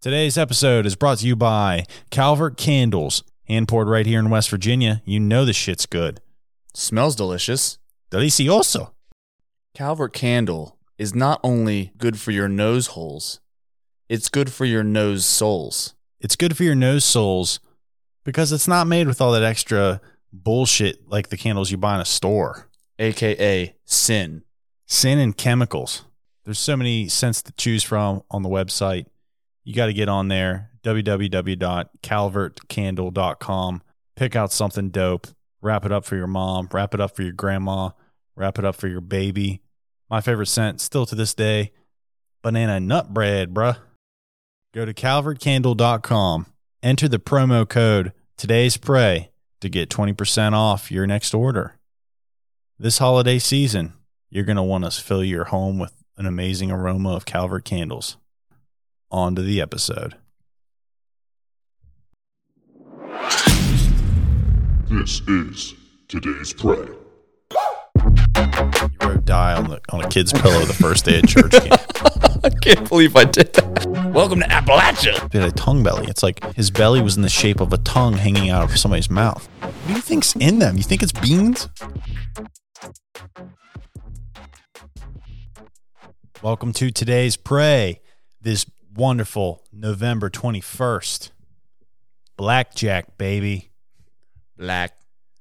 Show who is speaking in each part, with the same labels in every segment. Speaker 1: Today's episode is brought to you by Calvert Candles, hand poured right here in West Virginia. You know this shit's good.
Speaker 2: Smells delicious.
Speaker 1: Delicioso.
Speaker 2: Calvert Candle is not only good for your nose holes, it's good for your nose soles.
Speaker 1: It's good for your nose soles because it's not made with all that extra bullshit like the candles you buy in a store.
Speaker 2: aka sin.
Speaker 1: Sin and chemicals. There's so many scents to choose from on the website. You got to get on there www.calvertcandle.com. Pick out something dope. Wrap it up for your mom. Wrap it up for your grandma. Wrap it up for your baby. My favorite scent, still to this day, banana nut bread, bruh. Go to calvertcandle.com. Enter the promo code today's prey to get 20% off your next order. This holiday season, you're going to want to fill your home with an amazing aroma of Calvert candles. On to the episode.
Speaker 3: This is today's prey.
Speaker 1: You wrote die on, the, on a kid's pillow the first day at church camp.
Speaker 2: I can't believe I did that. Welcome to Appalachia.
Speaker 1: He had a tongue belly. It's like his belly was in the shape of a tongue hanging out of somebody's mouth. What do you think's in them? You think it's beans? Welcome to today's prey. This wonderful November 21st. Blackjack, baby.
Speaker 2: Black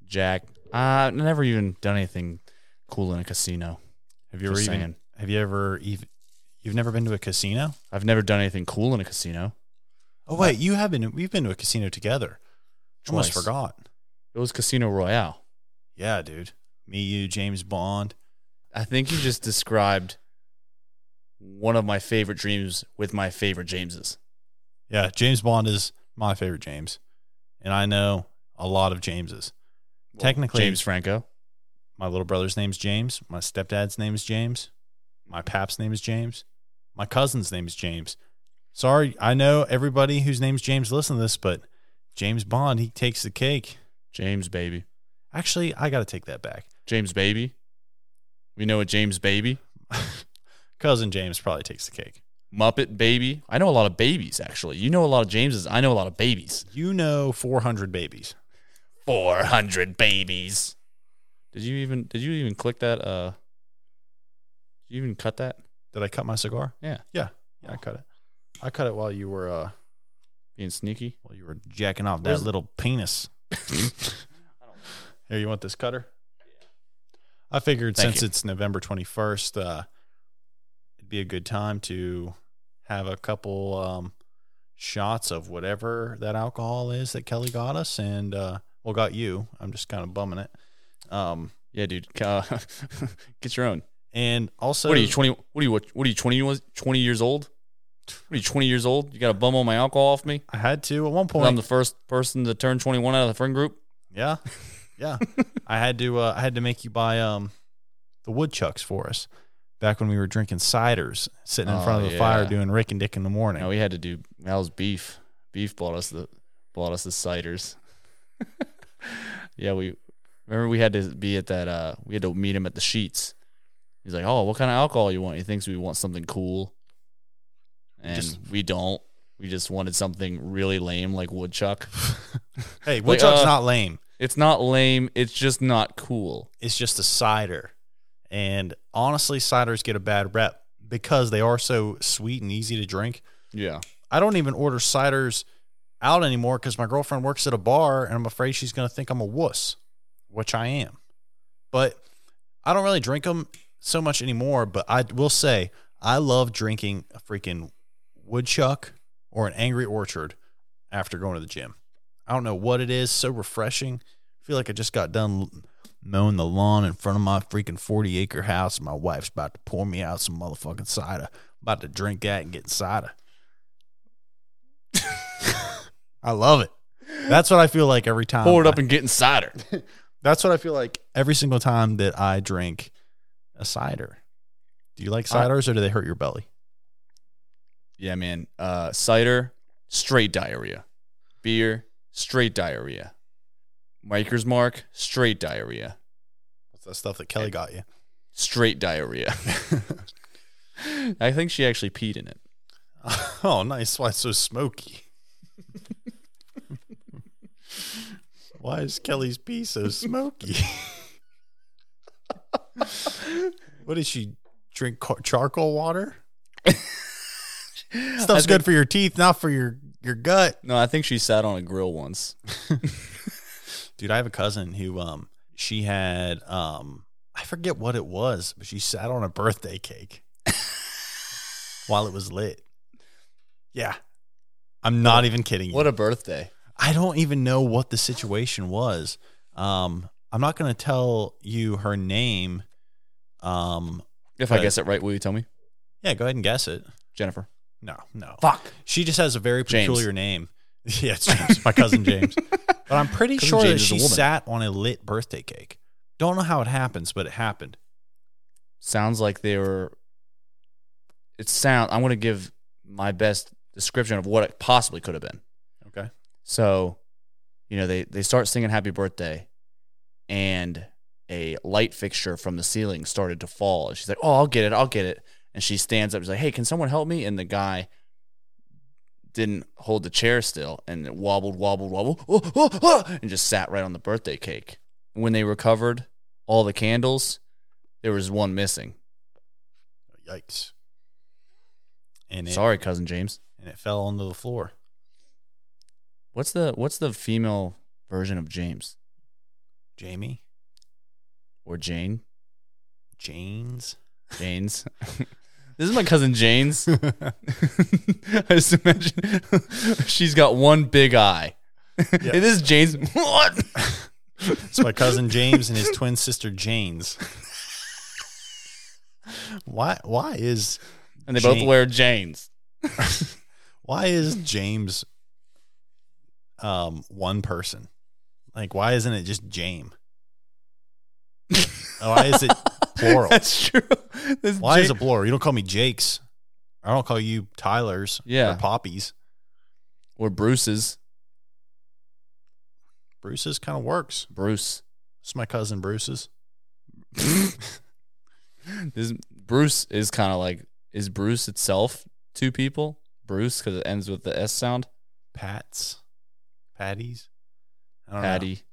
Speaker 2: Jack. Uh, I've never even done anything cool in a casino.
Speaker 1: Have you ever
Speaker 2: Just
Speaker 1: even,
Speaker 2: saying.
Speaker 1: have you ever even you've never been to a casino?
Speaker 2: I've never done anything cool in a casino.
Speaker 1: Oh wait, you have been we've been to a casino together. Almost
Speaker 2: Twice.
Speaker 1: forgot.
Speaker 2: It was Casino Royale.
Speaker 1: Yeah, dude. Me, you, James Bond.
Speaker 2: I think you just described one of my favorite dreams with my favorite Jameses.
Speaker 1: Yeah, James Bond is my favorite James, and I know a lot of Jameses. Technically,
Speaker 2: James Franco.
Speaker 1: my little brother's name's James. My stepdad's name is James. My pap's name is James. My cousin's name is James. Sorry, I know everybody whose name's James listen to this, but James Bond, he takes the cake.
Speaker 2: James Baby.
Speaker 1: Actually, I got to take that back.
Speaker 2: James Baby. We know a James Baby.
Speaker 1: Cousin James probably takes the cake.
Speaker 2: Muppet Baby. I know a lot of babies, actually. You know a lot of Jameses. I know a lot of babies.
Speaker 1: You know 400 babies.
Speaker 2: 400 babies. Did you even did you even click that uh Did you even cut that?
Speaker 1: Did I cut my cigar?
Speaker 2: Yeah.
Speaker 1: Yeah. Yeah, I cut it. I cut it while you were uh
Speaker 2: Being sneaky.
Speaker 1: Well, you were jacking off
Speaker 2: Where's-
Speaker 1: that little penis. Here, you want this cutter? I figured
Speaker 2: Thank
Speaker 1: since
Speaker 2: you.
Speaker 1: it's November 21st, uh, it'd be a good time to have a couple um, shots of whatever that alcohol is that Kelly got us and, uh, well, got you. I'm just kind of bumming it. Um,
Speaker 2: Yeah, dude. Uh, get your own.
Speaker 1: and also,
Speaker 2: what are you 20 what are you what, what are you 20, 20 years old what are you 20 years old you got to bum all my alcohol off me
Speaker 1: I had to at one
Speaker 2: 'Cause
Speaker 1: point.
Speaker 2: i'm the first person to turn 21 out of the friend group
Speaker 1: Yeah, yeah. I had to uh, I had to make you buy um the woodchucks for us back when we were drinking ciders, sitting in
Speaker 2: Oh,
Speaker 1: front of the fire
Speaker 2: yeah.
Speaker 1: doing Rick and Dick in the morning.
Speaker 2: no we had to do that was beef beef bought us the bought us the ciders yeah we remember we had to be at that uh we had to meet him at the sheets he's like oh what kind of alcohol you want he thinks we want something cool and
Speaker 1: Just-
Speaker 2: we don't we just wanted something really lame like woodchuck
Speaker 1: hey, woodchucks
Speaker 2: uh,
Speaker 1: not lame.
Speaker 2: it's not lame it's just not cool
Speaker 1: It's just a cider, and honestly, ciders get a bad rep because they are so sweet and easy to drink.
Speaker 2: yeah
Speaker 1: I don't even order ciders out anymore because my girlfriend works at a bar and I'm afraid she's going to think I'm a wuss, which I am. But I don't really drink them so much anymore. But I will say, I love drinking a freaking woodchuck or an angry orchard after going to the gym. I don't know what it is. So refreshing. I feel like I just got done mowing the lawn in front of my freaking 40 acre house. My wife's about to pour me out some motherfucking cider. About to drink that and get cider. I love it. That's what I feel like every time.
Speaker 2: Pour it up and get in cider.
Speaker 1: That's what I feel like every single time that I drink a cider. Do you like
Speaker 2: I-
Speaker 1: ciders or do they hurt your belly?
Speaker 2: yeah, man. Uh, cider, straight diarrhea. Beer, straight diarrhea. Miker's Mark, straight diarrhea.
Speaker 1: That's that stuff that Kelly got you.
Speaker 2: Straight diarrhea. I think she actually peed in it.
Speaker 1: Oh, nice. Why it's so smoky? Why is Kelly's pee so smoky? what did she drink? Car- charcoal water?
Speaker 2: I
Speaker 1: Stuff's good for your teeth, not for your your gut.
Speaker 2: No, I think she sat on a grill once.
Speaker 1: Dude, I have a cousin who um she had um I forget what it was, but she sat on a birthday cake while it was lit. Yeah. I'm not even kidding you.
Speaker 2: What a birthday!
Speaker 1: I don't even know what the situation was. Um I'm not going to tell you her name. Um
Speaker 2: If I
Speaker 1: Right.
Speaker 2: guess it right, will you tell me,
Speaker 1: yeah, go ahead and guess it.
Speaker 2: Jennifer?
Speaker 1: No, no.
Speaker 2: Fuck.
Speaker 1: She just has a very
Speaker 2: James.
Speaker 1: peculiar name. Yeah, it's James, my cousin James. But I'm pretty
Speaker 2: Cousin
Speaker 1: sure
Speaker 2: James
Speaker 1: that
Speaker 2: is a
Speaker 1: she
Speaker 2: woman.
Speaker 1: sat on a lit birthday cake. Don't know how it happens, but it happened.
Speaker 2: Sounds like they were. It sound. I'm gonna give my best description of what it possibly could have been.
Speaker 1: Okay.
Speaker 2: So, you know, they they start singing "Happy Birthday," and a light fixture from the ceiling started to fall. And she's like, "Oh, I'll get it, I'll get it." And she stands up. She's like, "Hey, can someone help me?" And the guy didn't hold the chair still and it wobbled, wobbled, wobbled, oh, oh, oh, and just sat right on the birthday cake. When they recovered all the candles, there was one missing.
Speaker 1: Yikes. And it,
Speaker 2: Sorry, cousin James.
Speaker 1: and it fell onto the floor.
Speaker 2: What's the what's the female version of James
Speaker 1: Jamie,
Speaker 2: or Jane?
Speaker 1: Jane's.
Speaker 2: Jane's. this is my cousin Jane's. I just imagine she's got one big eye. Hey, this is Jane's. What?
Speaker 1: It's my cousin James and his twin sister Jane's. Why? Why is
Speaker 2: And they both
Speaker 1: Jane.
Speaker 2: wear Jane's.
Speaker 1: why is James um one person? Like why isn't it just James? why is it plural?
Speaker 2: That's true. This
Speaker 1: Why is
Speaker 2: Ja-
Speaker 1: it plural? You don't call me Jake's. I don't call you Tyler's
Speaker 2: Yeah.
Speaker 1: or Poppy's.
Speaker 2: or Bruce's?
Speaker 1: Bruce's kind of works.
Speaker 2: Bruce.
Speaker 1: It's my cousin Bruce's.
Speaker 2: This Bruce is kind of like is Bruce itself two people? Bruce because it ends with the S sound.
Speaker 1: Pat's. Patty's. I don't
Speaker 2: Patty.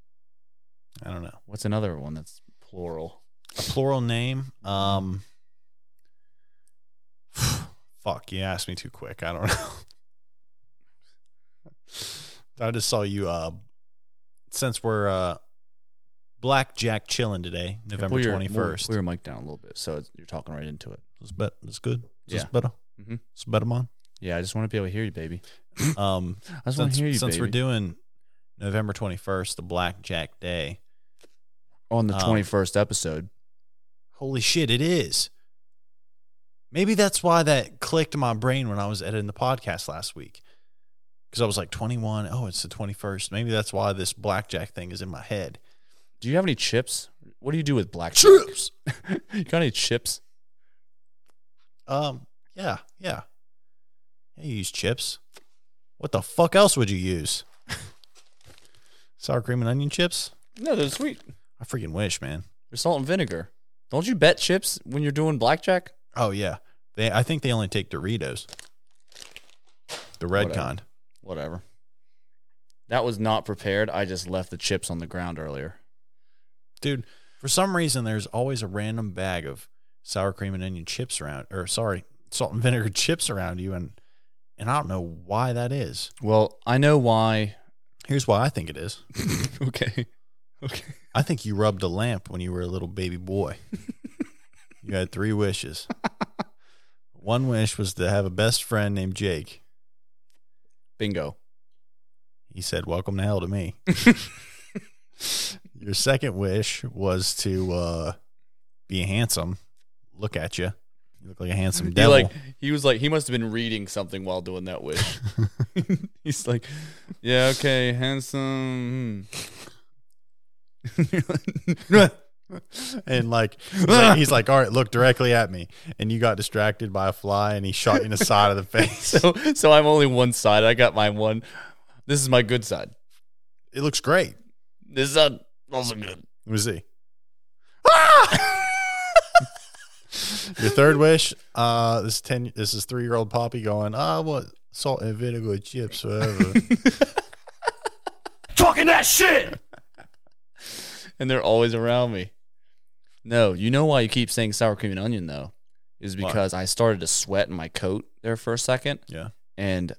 Speaker 1: know. I don't know.
Speaker 2: What's another one that's plural?
Speaker 1: A plural name. Um fuck, you asked me too quick. I don't know. I just saw you uh since we're uh blackjack chilling today, November
Speaker 2: Pull your-
Speaker 1: twenty first.
Speaker 2: Pull your mic down a little bit so it's, you're talking right into it.
Speaker 1: It's better. It's good. It's
Speaker 2: Yeah.
Speaker 1: better.
Speaker 2: Mhm.
Speaker 1: It's better, man.
Speaker 2: Yeah, I just want to be able to hear you, baby.
Speaker 1: Um,
Speaker 2: I just want
Speaker 1: since
Speaker 2: to hear you,
Speaker 1: since
Speaker 2: baby.
Speaker 1: we're doing November twenty first, the Blackjack Day.
Speaker 2: on the
Speaker 1: um,
Speaker 2: twenty first episode.
Speaker 1: Holy shit, it is. Maybe that's why that clicked in my brain when I was editing the podcast last week. Because I was like 21. Oh, it's the 21st. Maybe that's why this blackjack thing is in my head.
Speaker 2: Do you have any chips? What do you do with black
Speaker 1: Chips.
Speaker 2: you got any chips?
Speaker 1: Um, yeah, yeah. Yeah, you use chips. What the fuck else would you use? Sour cream and onion chips?
Speaker 2: No, they're sweet.
Speaker 1: I freaking wish, man.
Speaker 2: They're salt and vinegar. Don't you bet chips when you're doing blackjack?
Speaker 1: Oh yeah, they. I think they only take Doritos, the red
Speaker 2: Whatever.
Speaker 1: kind.
Speaker 2: Whatever. That was not prepared. I just left the chips on the ground earlier.
Speaker 1: Dude, for some reason, there's always a random bag of sour cream and onion chips around, or sorry, salt and vinegar chips around you, and and I don't know why that is.
Speaker 2: Well, I know why.
Speaker 1: Here's why I think it is.
Speaker 2: okay. Okay.
Speaker 1: I think you rubbed a lamp when you were a little baby boy. you had three wishes. One wish was to have a best friend named Jake.
Speaker 2: Bingo.
Speaker 1: He said, "Welcome to hell to me." Your second wish was to uh, be handsome. Look at you. You look like a handsome devil.
Speaker 2: He like he was like he must have been reading something while doing that wish. He's like, yeah, okay, handsome. hmm."
Speaker 1: and like he's, like he's like, all right, look directly at me, and you got distracted by a fly, and he shot you in the side of the face.
Speaker 2: so so I'm only one side. I got my one. This is my good side.
Speaker 1: It looks great.
Speaker 2: This side also good.
Speaker 1: Let me see. Your third wish. Uh, this ten. This is three year old Poppy going. I want salt and vinegar chips forever.
Speaker 2: Talking that shit. and they're always around me. No, you know why you keep saying sour cream and onion though, is
Speaker 1: Why?
Speaker 2: because I started to sweat in my coat there for a second,
Speaker 1: yeah.
Speaker 2: and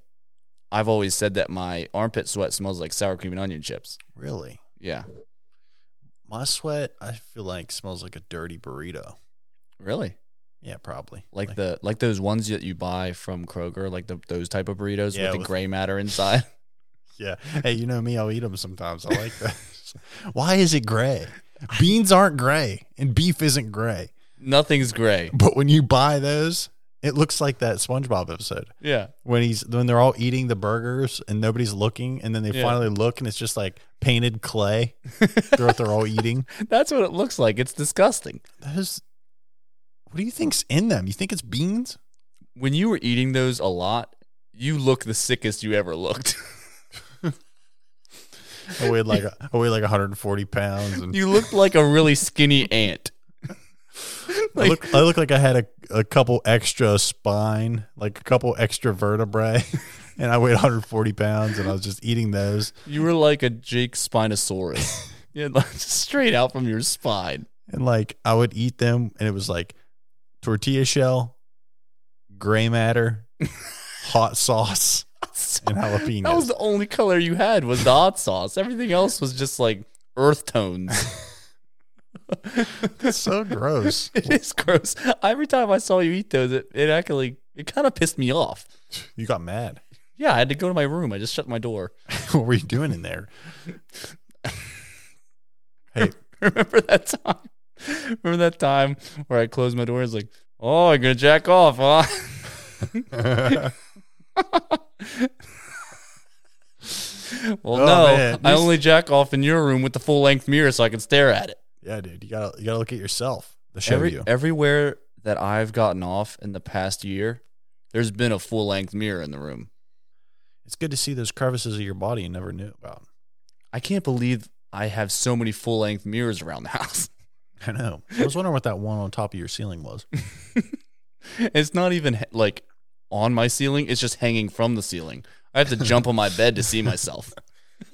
Speaker 2: I've always said that my armpit sweat smells like sour cream and onion chips.
Speaker 1: Really.
Speaker 2: Yeah,
Speaker 1: My sweat, I feel like smells like a dirty burrito.
Speaker 2: really.
Speaker 1: Yeah, probably.
Speaker 2: Like, the like those ones that you buy from Kroger, like the, those type of burritos
Speaker 1: Yeah,
Speaker 2: with the
Speaker 1: with-
Speaker 2: gray matter inside.
Speaker 1: yeah. Hey, you know me, I'll eat them sometimes. I like that. Why is it gray? Beans aren't gray and beef isn't gray.
Speaker 2: Nothing's gray.
Speaker 1: But when you buy those, it looks like that SpongeBob episode
Speaker 2: Yeah,
Speaker 1: when he's when they're all eating the burgers and nobody's looking and then they
Speaker 2: Yeah.
Speaker 1: finally look and it's just like painted clay. they're what they're all eating.
Speaker 2: that's what it looks like. It's disgusting.
Speaker 1: Those What do you think's in them? You think it's beans?
Speaker 2: when you were eating those a lot, you look the sickest you ever looked.
Speaker 1: I weighed like a, I weighed like 140 pounds and
Speaker 2: you looked like a really skinny ant.
Speaker 1: I
Speaker 2: Like-
Speaker 1: look, I look like I had a, a couple extra spine, like a couple extra vertebrae, and I weighed 140 pounds, and I was just eating those.
Speaker 2: You were like a Jake Spinosaurus. yeah, like, just straight out from your spine.
Speaker 1: And like I would eat them, and it was like tortilla shell, gray matter, hot sauce, and jalapenos.
Speaker 2: That was the only color you had was the hot sauce. Everything else was just like earth tones.
Speaker 1: That's so gross.
Speaker 2: it is gross. Every time I saw you eat those, it, it actually it kind of pissed me off.
Speaker 1: You got mad.
Speaker 2: Yeah, I had to go to my room. I just shut my door.
Speaker 1: what were you doing in there? Hey,
Speaker 2: Remember that time? Remember that time where I closed my door? It's like, oh, you're gonna jack off, huh? well,
Speaker 1: Oh,
Speaker 2: no,
Speaker 1: man.
Speaker 2: I
Speaker 1: You s-
Speaker 2: only jack off in your room with the full length mirror so I can stare at it.
Speaker 1: yeah, dude, you gotta you gotta look at yourself. The show
Speaker 2: Every-
Speaker 1: you.
Speaker 2: Everywhere that I've gotten off in the past year, there's been a full length mirror in the room.
Speaker 1: It's good to see those crevices of your body you never knew about.
Speaker 2: I can't believe I have so many full length mirrors around the house.
Speaker 1: I know. I was wondering what that one on top of your ceiling was.
Speaker 2: It's not even he- like on my ceiling, it's just hanging from the ceiling. I have to jump on my bed to see myself.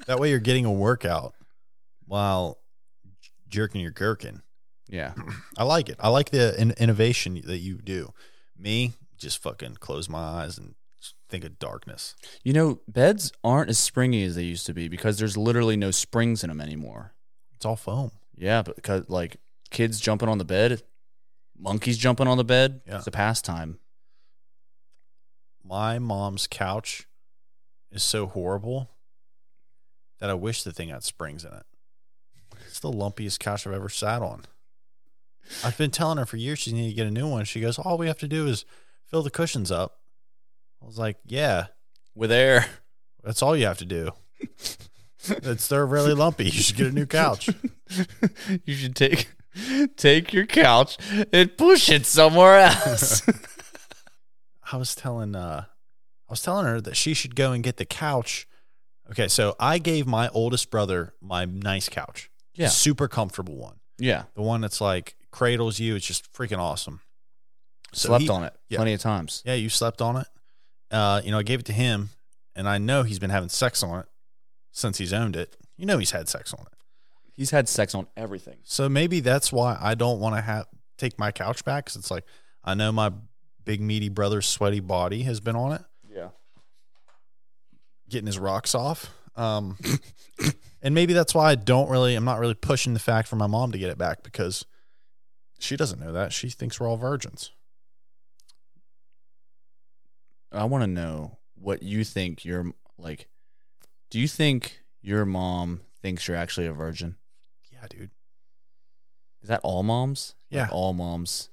Speaker 1: That way you're getting a workout while jerking your gherkin.
Speaker 2: Yeah.
Speaker 1: I like it. I like the in- innovation that you do. Me, just fucking close my eyes and think of darkness.
Speaker 2: You know, beds aren't as springy as they used to be because there's literally no springs in them anymore.
Speaker 1: It's all foam.
Speaker 2: Yeah, but because like kids jumping on the bed, monkeys jumping on the bed,
Speaker 1: Yeah.
Speaker 2: it's a pastime.
Speaker 1: My mom's couch is so horrible that I wish the thing had springs in it. It's the lumpiest couch I've ever sat on. I've been telling her for years she needs to get a new one. She goes, All we have to do is fill the cushions up. I was like, Yeah,
Speaker 2: With air,
Speaker 1: That's all you have to do. It's they're really lumpy. You should get a new couch.
Speaker 2: you should take take your couch and push it somewhere else.
Speaker 1: I was telling uh I was telling her that she should go and get the couch. Okay, so I gave my oldest brother my nice couch.
Speaker 2: Yeah.
Speaker 1: Super comfortable one.
Speaker 2: yeah,
Speaker 1: The one that's like cradles you. It's just freaking awesome. So
Speaker 2: slept
Speaker 1: he-
Speaker 2: on it
Speaker 1: yeah.
Speaker 2: plenty of times.
Speaker 1: Yeah, you slept on it. Uh, you know, I gave it to him and I know he's been having sex on it since he's owned it. You know he's had sex on it.
Speaker 2: He's had sex on everything.
Speaker 1: So maybe that's why I don't want to have take my couch back because it's like I know my big meaty brother's sweaty body has been on it,
Speaker 2: Yeah.
Speaker 1: getting his rocks off. Um, and maybe that's why I don't really, I'm not really pushing the fact for my mom to get it back because she doesn't know that. She thinks we're all virgins.
Speaker 2: I want to know what you think your like. Do you think your mom thinks you're actually a virgin?
Speaker 1: Yeah, dude.
Speaker 2: Is that all moms?
Speaker 1: Yeah.
Speaker 2: Like, all moms.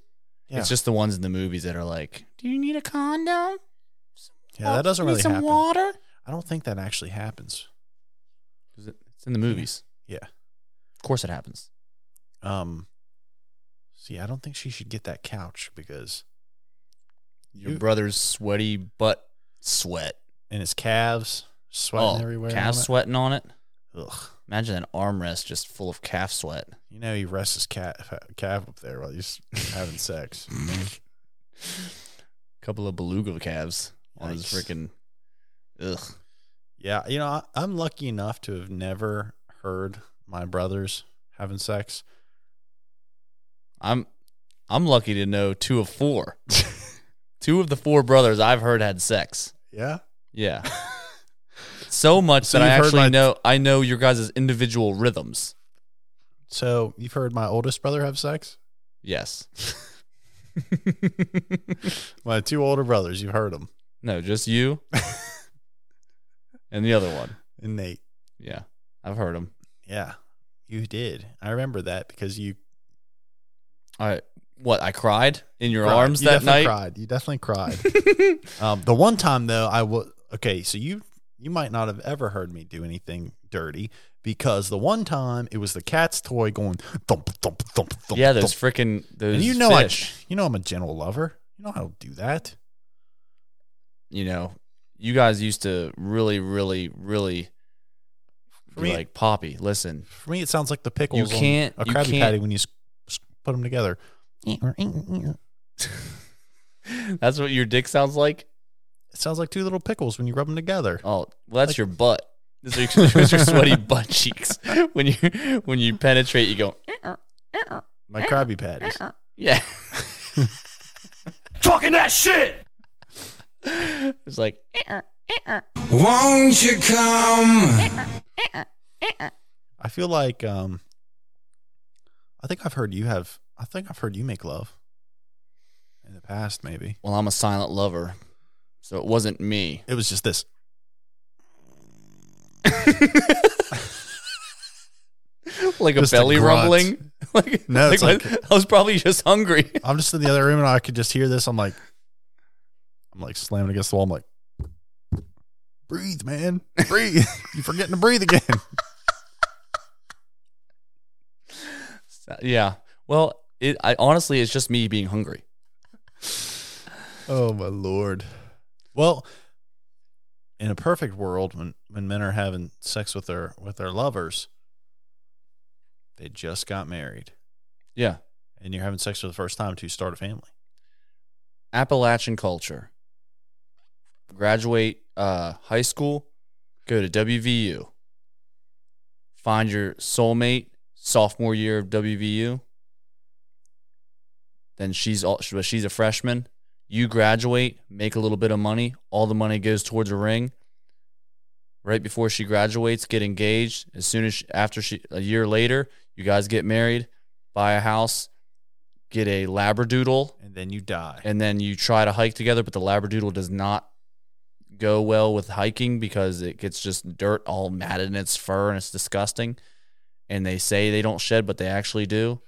Speaker 1: Yeah,
Speaker 2: It's just the ones in the movies that are like, "Do you need a condom?
Speaker 1: yeah that doesn't
Speaker 2: Need
Speaker 1: really
Speaker 2: some
Speaker 1: happen.
Speaker 2: water."
Speaker 1: I don't think that actually happens.
Speaker 2: 'Cause it- It's in the movies.
Speaker 1: Yeah.
Speaker 2: Of course, it happens.
Speaker 1: Um, see, I don't think she should get that couch because
Speaker 2: Your
Speaker 1: You-
Speaker 2: brother's sweaty butt sweat.
Speaker 1: and his calves sweating
Speaker 2: oh,
Speaker 1: everywhere.
Speaker 2: calf
Speaker 1: on it.
Speaker 2: sweating on it.
Speaker 1: Ugh.
Speaker 2: Imagine an armrest just full of calf sweat.
Speaker 1: You know, he rests his cat, calf up there while he's having sex.
Speaker 2: couple of beluga calves on his
Speaker 1: Yikes.
Speaker 2: freaking. Ugh.
Speaker 1: Yeah, you know, I, I'm lucky enough to have never heard my brothers having sex.
Speaker 2: I'm I'm lucky to know two of four. two of the four brothers I've heard had sex.
Speaker 1: Yeah,
Speaker 2: Yeah. so much
Speaker 1: So
Speaker 2: that I
Speaker 1: you've heard
Speaker 2: actually
Speaker 1: my-
Speaker 2: know I know your guys' individual rhythms.
Speaker 1: so you've heard my oldest brother have sex.
Speaker 2: Yes.
Speaker 1: My two older brothers, you've heard them,
Speaker 2: no, just you and the other one.
Speaker 1: and Nate.
Speaker 2: Yeah. I've heard them.
Speaker 1: Yeah, you did. I remember that because you
Speaker 2: All right. What? I cried in your
Speaker 1: cried.
Speaker 2: arms
Speaker 1: You
Speaker 2: that
Speaker 1: definitely
Speaker 2: night?
Speaker 1: Cried. You definitely cried. um, the one time though, I was okay. So you you might not have ever heard me do anything dirty because the one time it was the cat's toy going thump thump thump thump.
Speaker 2: Yeah, those
Speaker 1: thump.
Speaker 2: freaking those
Speaker 1: and you know
Speaker 2: fish.
Speaker 1: I you know I'm a general lover. You know I don't do that.
Speaker 2: you know, you guys used to really, really, really
Speaker 1: For
Speaker 2: be
Speaker 1: me-
Speaker 2: like Poppy. Listen,
Speaker 1: For me, it sounds like the pickles
Speaker 2: You can't-
Speaker 1: on a
Speaker 2: you
Speaker 1: Krabby
Speaker 2: can't-
Speaker 1: Patty when you s- s- put them together.
Speaker 2: that's what your dick sounds like.
Speaker 1: It sounds like two little pickles when you rub them together.
Speaker 2: Oh, well, that's your butt. Those are your, those are your sweaty butt cheeks. When you when you penetrate, you go,
Speaker 1: My Krabby Patties.
Speaker 2: yeah. Talking that shit. It's like
Speaker 4: Won't you come?
Speaker 1: I feel like um I think I've heard you have I think I've heard you make love in the past maybe.
Speaker 2: Well, I'm a silent lover, so it wasn't me.
Speaker 1: It was just this.
Speaker 2: Like a
Speaker 1: Just a
Speaker 2: belly
Speaker 1: grunt.
Speaker 2: rumbling. Like,
Speaker 1: No, it's
Speaker 2: I was probably just hungry.
Speaker 1: I'm just in the other room and I could just hear this. I'm like I'm like slamming against the wall. I'm like breathe, man. Breathe. You're forgetting to breathe again.
Speaker 2: Yeah. Well, it. I honestly, it's just me being hungry.
Speaker 1: Oh my lord. Well, in a perfect world when when men are having sex with their with their lovers, they just got married
Speaker 2: Yeah.
Speaker 1: and you're having sex for the first time to start a family.
Speaker 2: Appalachian culture. Graduate uh, high school, go to WVU. Find your soulmate sophomore year of WVU. Then she's all, she- she's a freshman. You graduate, make a little bit of money. All the money goes towards a ring. Right before she graduates, get engaged. As soon as she, after she a year later, you guys get married, buy a house, get a labradoodle
Speaker 1: And then you die.
Speaker 2: and then you try to hike together, but the labradoodle does not go well with hiking because it gets just dirt all matted in its fur and it's disgusting. And they say they don't shed, but they actually do.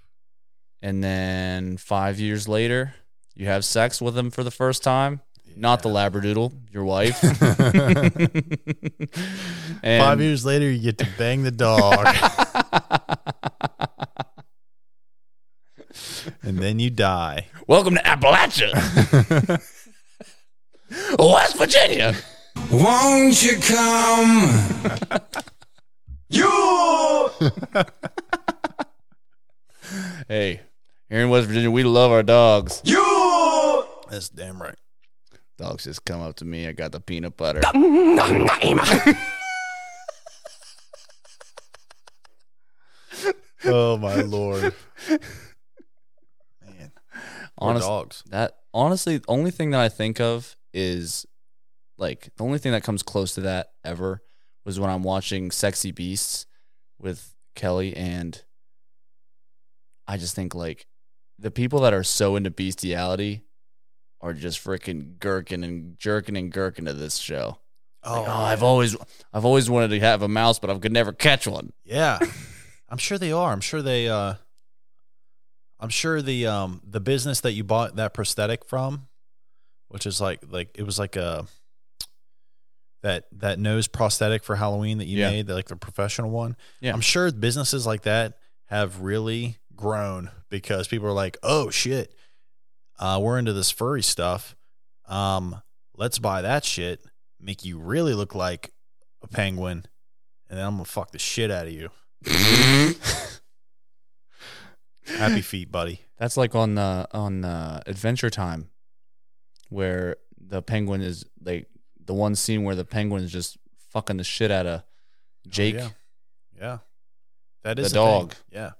Speaker 2: And then five years later, you have sex with them for the first time. Not the labradoodle, your wife. and
Speaker 1: Five years later, you get to bang the dog, and then you die.
Speaker 2: Welcome to Appalachia, West Virginia.
Speaker 4: Won't you come? you!
Speaker 2: Hey, here in West Virginia, we love our dogs.
Speaker 4: You!
Speaker 1: That's damn right.
Speaker 2: Dogs just come up to me. I got the peanut butter.
Speaker 1: Oh my lord, man! Poor
Speaker 2: Honest-
Speaker 1: dogs.
Speaker 2: That honestly, the only thing that I think of is like the only thing that comes close to that ever was when I'm watching Sexy Beasts with Kelly, and I just think like the people that are so into bestiality are just freaking gherkin and jerking and gherkin to this show. Like, Oh, I've always, I've always wanted to have a mouse, but I could never catch one.
Speaker 1: yeah. I'm sure they are. I'm sure they. uh I'm sure the um the business that you bought that prosthetic from, which is like like it was like a that that nose prosthetic for Halloween that you
Speaker 2: Yeah.
Speaker 1: made, like the professional one.
Speaker 2: Yeah.
Speaker 1: I'm sure businesses like that have really grown because people are like, oh shit, uh, we're into this furry stuff. Um, let's buy that shit, make you really look like a penguin, and then I'm gonna fuck the shit out of you. Happy feet, buddy.
Speaker 2: That's like on uh, on uh, Adventure Time, where the penguin is like the one scene where the penguin is just fucking the shit out of Jake.
Speaker 1: yeah. Yeah. That
Speaker 2: The
Speaker 1: is a
Speaker 2: dog.
Speaker 1: thing. Yeah.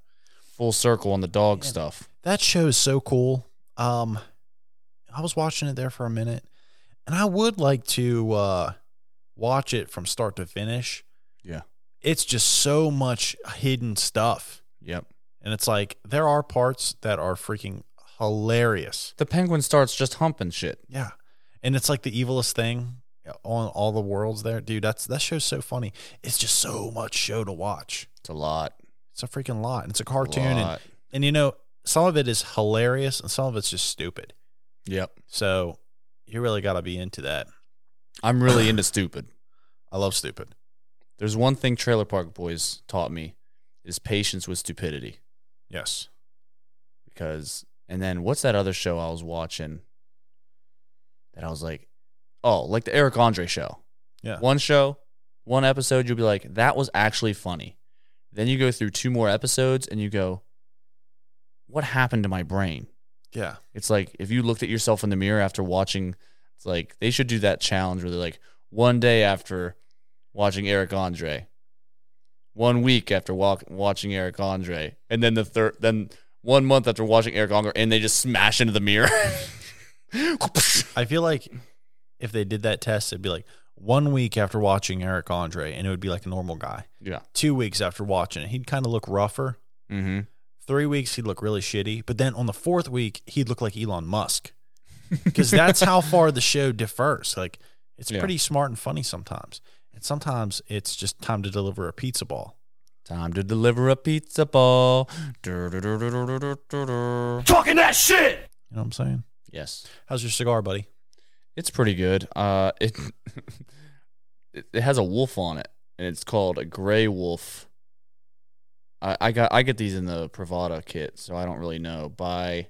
Speaker 2: Full circle on the dog
Speaker 1: Man.
Speaker 2: stuff.
Speaker 1: That show is so cool. Um, I was watching it there for a minute, and I would like to uh, watch it from start to finish.
Speaker 2: Yeah.
Speaker 1: It's just so much hidden stuff.
Speaker 2: Yep.
Speaker 1: And it's like, there are parts that are freaking hilarious.
Speaker 2: The penguin starts just humping shit.
Speaker 1: Yeah. And it's like the evilest thing on all the worlds there. Dude, that's that show's so funny. It's just so much show to watch.
Speaker 2: It's a lot.
Speaker 1: It's a freaking lot. And it's a
Speaker 2: A
Speaker 1: cartoon. And,
Speaker 2: lot.
Speaker 1: and you know, some of it is hilarious and some of it's just stupid.
Speaker 2: Yep.
Speaker 1: So you really got to be into that.
Speaker 2: I'm really into stupid.
Speaker 1: I love stupid.
Speaker 2: There's one thing Trailer Park Boys taught me is patience with stupidity.
Speaker 1: Yes.
Speaker 2: because and then what's that other show I was watching that I was like, oh, like the Eric Andre show.
Speaker 1: Yeah.
Speaker 2: One show, one episode, you'll be like, that was actually funny. Then you go through two more episodes and you go, what happened to my brain?
Speaker 1: Yeah.
Speaker 2: It's like if you looked at yourself in the mirror after watching, it's like they should do that challenge where they're like, one day after watching Eric Andre, one week after walk, watching Eric Andre, and then the third, then one month after watching Eric Andre, and they just smash into the mirror.
Speaker 1: I feel like if they did that test, it'd be like one week after watching Eric Andre, and it would be like a normal guy.
Speaker 2: yeah.
Speaker 1: Two weeks after watching it, he'd kind of look rougher.
Speaker 2: Mm-hmm.
Speaker 1: Three weeks, he'd look really shitty. But then on the fourth week, he'd look like Elon Musk because that's how far the show differs. Like it's
Speaker 2: Yeah.
Speaker 1: pretty smart and funny sometimes. And sometimes it's just time to deliver a pizza ball.
Speaker 2: Time to deliver a pizza ball. Dur-dur-dur-dur-dur-dur-dur.
Speaker 1: You know what I'm saying?
Speaker 2: Yes.
Speaker 1: How's your cigar, buddy?
Speaker 2: It's pretty good. Uh, it, it it has a wolf on it, and it's called a gray wolf. I, I got I get these in the Pravada kit, so I don't really know. By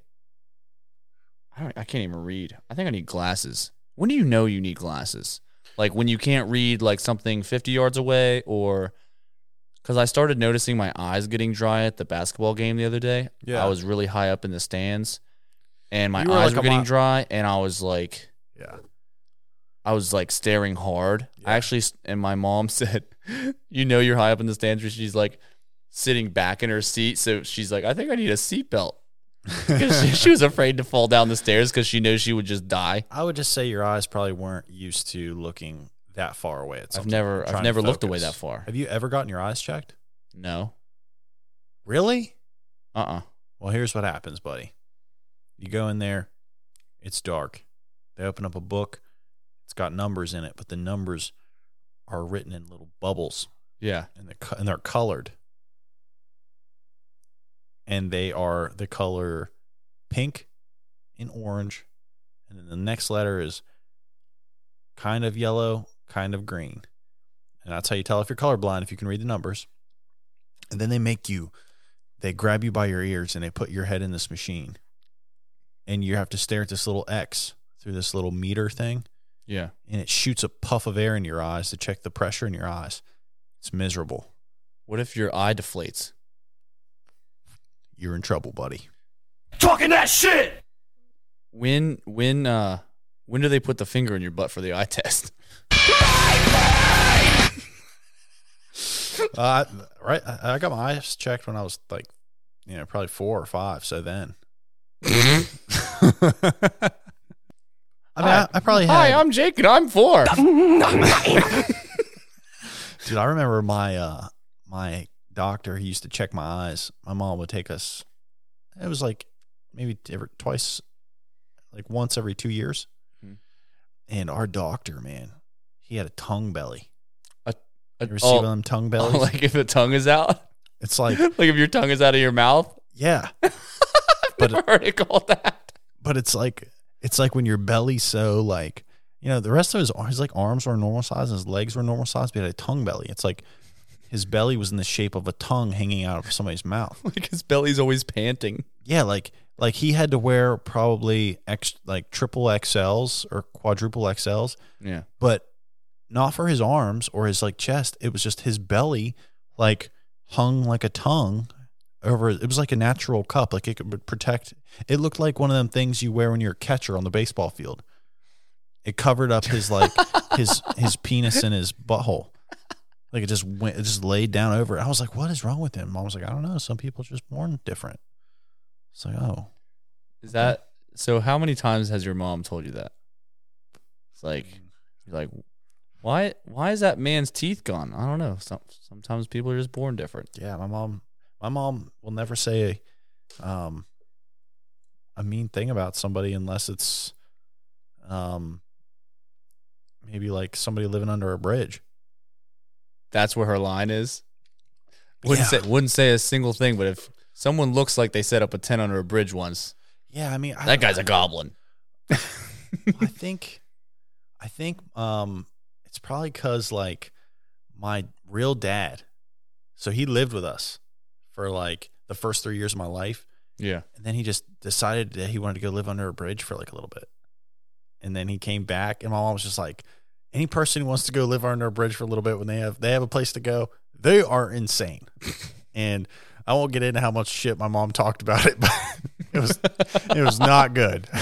Speaker 2: I don't I can't even read. I think I need glasses. When do you know you need glasses? Like when you can't read like something fifty yards away, or because I started noticing my eyes getting dry at the basketball game the other day.
Speaker 1: Yeah.
Speaker 2: I was really high up in the stands, and my
Speaker 1: You were
Speaker 2: eyes
Speaker 1: like
Speaker 2: were
Speaker 1: a
Speaker 2: getting
Speaker 1: mi-
Speaker 2: dry, and I was like.
Speaker 1: Yeah.
Speaker 2: I was like staring hard.
Speaker 1: Yeah.
Speaker 2: I actually, and my mom said, "You know, you're high up in the stands." where She's like sitting back in her seat, so she's like, "I think I need a seatbelt." 'Cause she, she was afraid to fall down the stairs because she knows she would just die.
Speaker 1: I would just say your eyes probably weren't used to looking that far away at
Speaker 2: I've
Speaker 1: something.
Speaker 2: never,
Speaker 1: Trying
Speaker 2: I've
Speaker 1: to
Speaker 2: never looked away
Speaker 1: focus.
Speaker 2: that far.
Speaker 1: Have you ever gotten your eyes checked?
Speaker 2: No,
Speaker 1: Really?
Speaker 2: uh, uh
Speaker 1: Well, here's what happens, buddy. You go in there, it's dark. They open up a book, it's got numbers in it, but the numbers are written in little bubbles
Speaker 2: yeah,
Speaker 1: and they're, co- and they're colored. And they are the color pink and orange. And then the next letter is kind of yellow, kind of green. And that's how you tell if you're colorblind, if you can read the numbers. And then they make you, they grab you by your ears and they put your head in this machine. And you have to stare at this little X through this little meter thing.
Speaker 2: yeah.
Speaker 1: And it shoots a puff of air in your eyes to check the pressure in your eyes. It's miserable.
Speaker 2: What if your eye deflates?
Speaker 1: you're in trouble, buddy.
Speaker 2: When, when, uh, when do they put the finger in your butt for the eye test?
Speaker 1: Uh, right, I I got my eyes checked when I was like, you know, probably four or five. So then, I mean, I, I probably
Speaker 2: Hi,
Speaker 1: had.
Speaker 2: I'm Jake, and I'm four.
Speaker 1: dude, I remember my uh, my doctor. He used to check my eyes. My mom would take us. It was like maybe every, twice, like once every two years.
Speaker 2: Hmm.
Speaker 1: And our doctor, man, he had a tongue belly. You ever see one of
Speaker 2: Oh,
Speaker 1: them tongue
Speaker 2: oh,
Speaker 1: bellies?
Speaker 2: like if the tongue is out.
Speaker 1: it's like,
Speaker 2: like if your tongue is out of your mouth.
Speaker 1: yeah, But-
Speaker 2: But Never heard it called that.
Speaker 1: but it's like it's like when your belly's so like you know the rest of his his like arms were normal size and his legs were normal size but he had a tongue belly it's like his belly was in the shape of a tongue hanging out of somebody's mouth
Speaker 2: Like his belly's always panting.
Speaker 1: yeah like like he had to wear probably x like triple xls or quadruple xls
Speaker 2: Yeah.
Speaker 1: but not for his arms or his like chest it was just his belly like hung like a tongue over. It was like a natural cup, like it could protect. It looked like one of them things you wear when you're a catcher on the baseball field. It covered up his like his his penis and his butthole. Like it just went, it just laid down over. it. I was like, "What is wrong with him?" Mom was like, "I don't know. Some people are just born different." It's like, oh,
Speaker 2: Is that so? How many times has your mom told you that? It's like, you're like, why? Why is that man's teeth gone? I don't know. Some, sometimes people are just born different.
Speaker 1: Yeah, my mom, my mom will never say, um, a mean thing about somebody unless it's, um, maybe like somebody living under a bridge.
Speaker 2: That's where her line is. Wouldn't
Speaker 1: Yeah.
Speaker 2: say wouldn't say a single thing. But if someone looks like they set up a tent under a bridge once,
Speaker 1: Yeah, I mean, I,
Speaker 2: that guy's a goblin.
Speaker 1: I think, I think, um, it's probably because like my real dad, so he lived with us for like the first three years of my life,
Speaker 2: Yeah.
Speaker 1: And then he just decided that he wanted to go live under a bridge for like a little bit. And then he came back and my mom was just like, any person who wants to go live under a bridge for a little bit when they have they have a place to go, they are insane. and I won't get into how much shit my mom talked about it, but it was it was not good.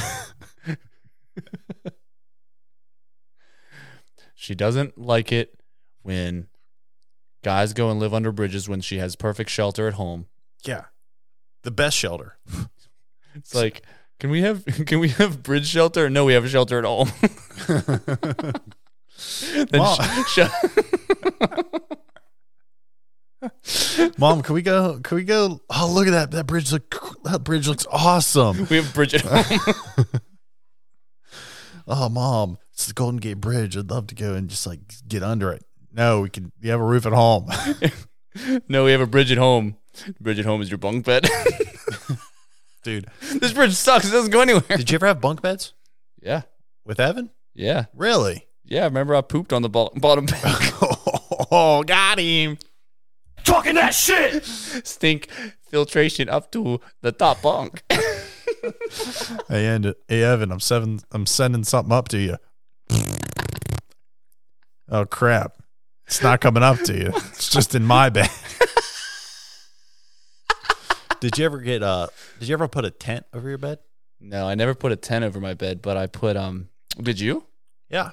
Speaker 2: She doesn't like it when guys go and live under bridges when she has perfect shelter at home.
Speaker 1: yeah. The best shelter.
Speaker 2: It's like, can we have can we have bridge shelter? No, we have a shelter at all. then
Speaker 1: Mom.
Speaker 2: sh- sh-
Speaker 1: Mom, can we go can we go oh look at that. That bridge look that bridge looks awesome.
Speaker 2: we have bridge at home.
Speaker 1: oh mom it's the golden gate bridge i'd love to go and just like get under it no we can you have a roof at home
Speaker 2: no, we have a bridge at home. Bridge at home is your bunk bed.
Speaker 1: dude
Speaker 2: this bridge sucks. It doesn't go anywhere.
Speaker 1: did you ever have bunk beds
Speaker 2: Yeah,
Speaker 1: with evan
Speaker 2: yeah,
Speaker 1: really
Speaker 2: yeah. Remember, I pooped on the bo- bottom bed.
Speaker 1: oh got him
Speaker 2: Stink filtration up to the top bunk.
Speaker 1: hey, and, hey evan i'm seven i'm sending something up to you oh crap it's not coming up to you it's just in my bed did you ever get uh did you ever put a tent over your bed
Speaker 2: no, I never put a tent over my bed, but I put um. Did you?
Speaker 1: yeah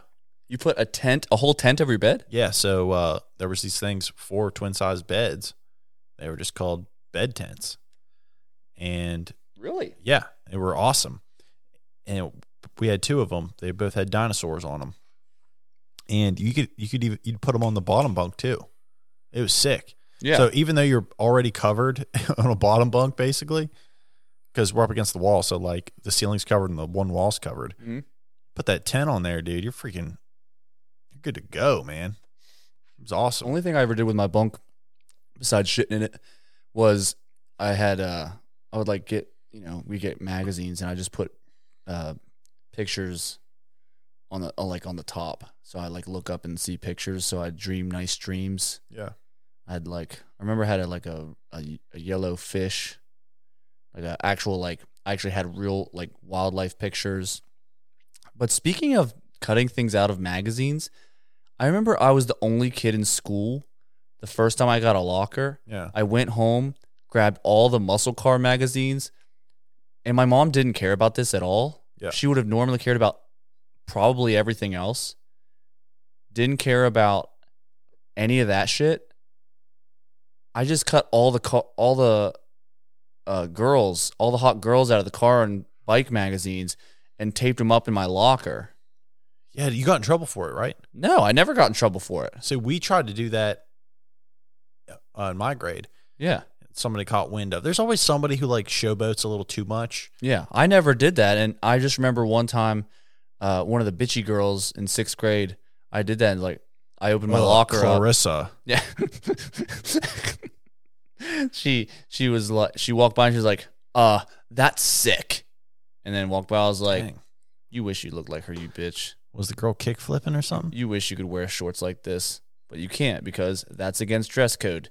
Speaker 2: You put a tent, a whole tent over your bed?
Speaker 1: Yeah, so uh, there was these things, four twin size beds. They were just called bed tents, and
Speaker 2: Really?
Speaker 1: yeah, they were awesome. And we had two of them. They both had dinosaurs on them, and you could you could even you'd put them on the bottom bunk too. It was sick.
Speaker 2: Yeah.
Speaker 1: So even though you're already covered on a bottom bunk, basically, because we're up against the wall, so like the ceiling's covered and the one wall's covered.
Speaker 2: Mhm.
Speaker 1: Put that tent on there, dude. You're freaking, you're good to go, man. It was
Speaker 2: The
Speaker 1: awesome.
Speaker 2: only thing I ever did with my bunk, besides shitting in it, was I had uh I would like get you know we get magazines and I just put uh pictures on the uh, like on the top so I like look up and see pictures so I dream nice dreams.
Speaker 1: Yeah.
Speaker 2: I had like I remember I had a, like a, a a yellow fish, like a actual like I actually had real like wildlife pictures. But speaking of cutting things out of magazines, I remember I was the only kid in school. The first time I got a locker,
Speaker 1: Yeah.
Speaker 2: I went home, grabbed all the muscle car magazines, and my mom didn't care about this at all.
Speaker 1: Yeah.
Speaker 2: She would have normally cared about probably everything else. Didn't care about any of that shit. I just cut all the car, all the uh, girls, all the hot girls out of the car and bike magazines, and taped them up in my locker.
Speaker 1: Yeah. You got in trouble for it, right?
Speaker 2: No, I never got in trouble for it.
Speaker 1: So we tried to do that uh, in my grade.
Speaker 2: Yeah,
Speaker 1: Somebody caught wind of. There's always somebody who like showboats a little too much.
Speaker 2: yeah, I never did that, and I just remember one time, uh, one of the bitchy girls in sixth grade, I did that, and like I opened my
Speaker 1: Ugh,
Speaker 2: locker up.
Speaker 1: Clarissa.
Speaker 2: Yeah. she she was like she walked by and she was like, uh, that's sick. And then walked by, I was like,
Speaker 1: Dang.
Speaker 2: You wish you looked like her, you bitch.
Speaker 1: Was the girl kick flipping or something?
Speaker 2: You wish you could wear shorts like this, but you can't because that's against dress code.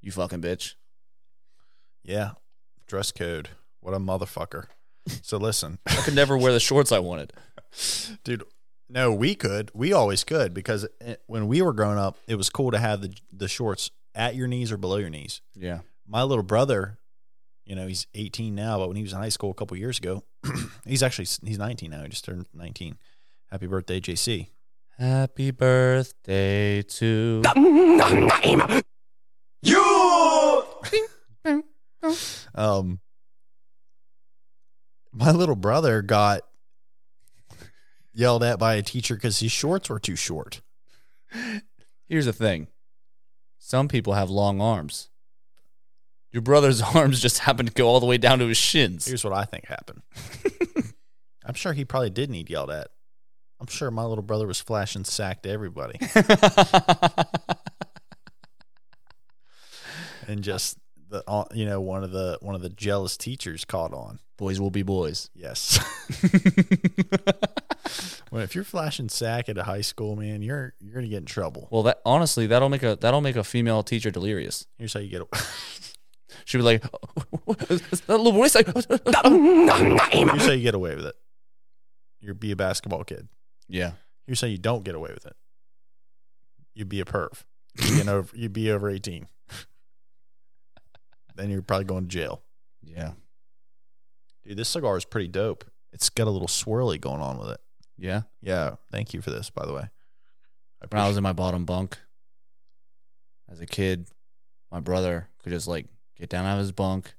Speaker 2: You fucking bitch.
Speaker 1: Yeah. Dress code. What a motherfucker. So listen,
Speaker 2: I could never wear the shorts I wanted.
Speaker 1: dude. No, we could. We always could because it, when we were growing up, it was cool to have the the shorts at your knees or below your knees.
Speaker 2: Yeah.
Speaker 1: My little brother You know, he's 18 now, but when he was in high school a couple years ago, he's actually he's 19 now. He just turned 19. Happy birthday, JC.
Speaker 2: Happy birthday to.
Speaker 4: You!
Speaker 1: Um, my little brother got yelled at by a teacher because his shorts were too short.
Speaker 2: Here's the thing some people have long arms. Your brother's arms just happen to go all the way down to his shins.
Speaker 1: Here's what I think happened. I'm sure he probably did need yelled at. I'm sure my little brother was flashing sack to everybody and just the uh, you know one of the one of the jealous teachers caught on.
Speaker 2: boys will be boys.
Speaker 1: Yes. well, if you're flashing sack at a high school, man, you're you're gonna get in trouble.
Speaker 2: Well, that honestly, that'll make a that'll make a female teacher delirious.
Speaker 1: Here's how you get.
Speaker 2: She'll be like, that little boy's like,
Speaker 1: Here's how you get away with it. You're be a basketball kid.
Speaker 2: yeah,
Speaker 1: Here's how you don't get away with it. You'd be a perv. You'd be, over, you'd be over 18. then you're probably going to jail.
Speaker 2: yeah,
Speaker 1: Dude, this cigar is pretty dope. It's got a little swirly going on with it.
Speaker 2: yeah.
Speaker 1: Yeah. Thank you for this, by the way. I
Speaker 2: When I was
Speaker 1: appreciate-
Speaker 2: in my bottom bunk as a kid, my brother could just like get down out of his bunk,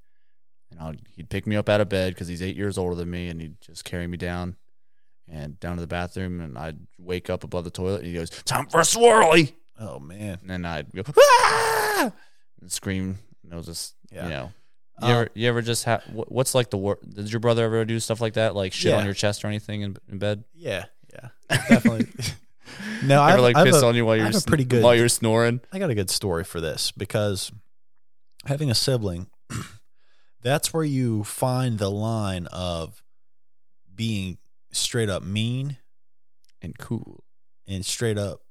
Speaker 2: and I'd, he'd pick me up out of bed because he's eight years older than me, and he'd just carry me down and down to the bathroom, and I'd wake up above the toilet, and he goes, "Time for a swirly,"
Speaker 1: oh, man.
Speaker 2: and then I'd go, "Ah!" and scream, and it was just,
Speaker 1: Yeah. Um,
Speaker 2: you know. You ever, you ever just have what's like the wor Did your brother ever do stuff like that, like shit
Speaker 1: Yeah.
Speaker 2: on your chest or anything in, in bed?
Speaker 1: Yeah. Yeah. Definitely. no, I
Speaker 2: ever
Speaker 1: have,
Speaker 2: like
Speaker 1: I have
Speaker 2: piss
Speaker 1: a-
Speaker 2: on you while
Speaker 1: I
Speaker 2: you're
Speaker 1: have a
Speaker 2: sn-
Speaker 1: pretty good-
Speaker 2: while you're snoring?
Speaker 1: I got a good story for this because having a sibling, that's where you find the line of being straight up mean
Speaker 2: And cool.
Speaker 1: and straight up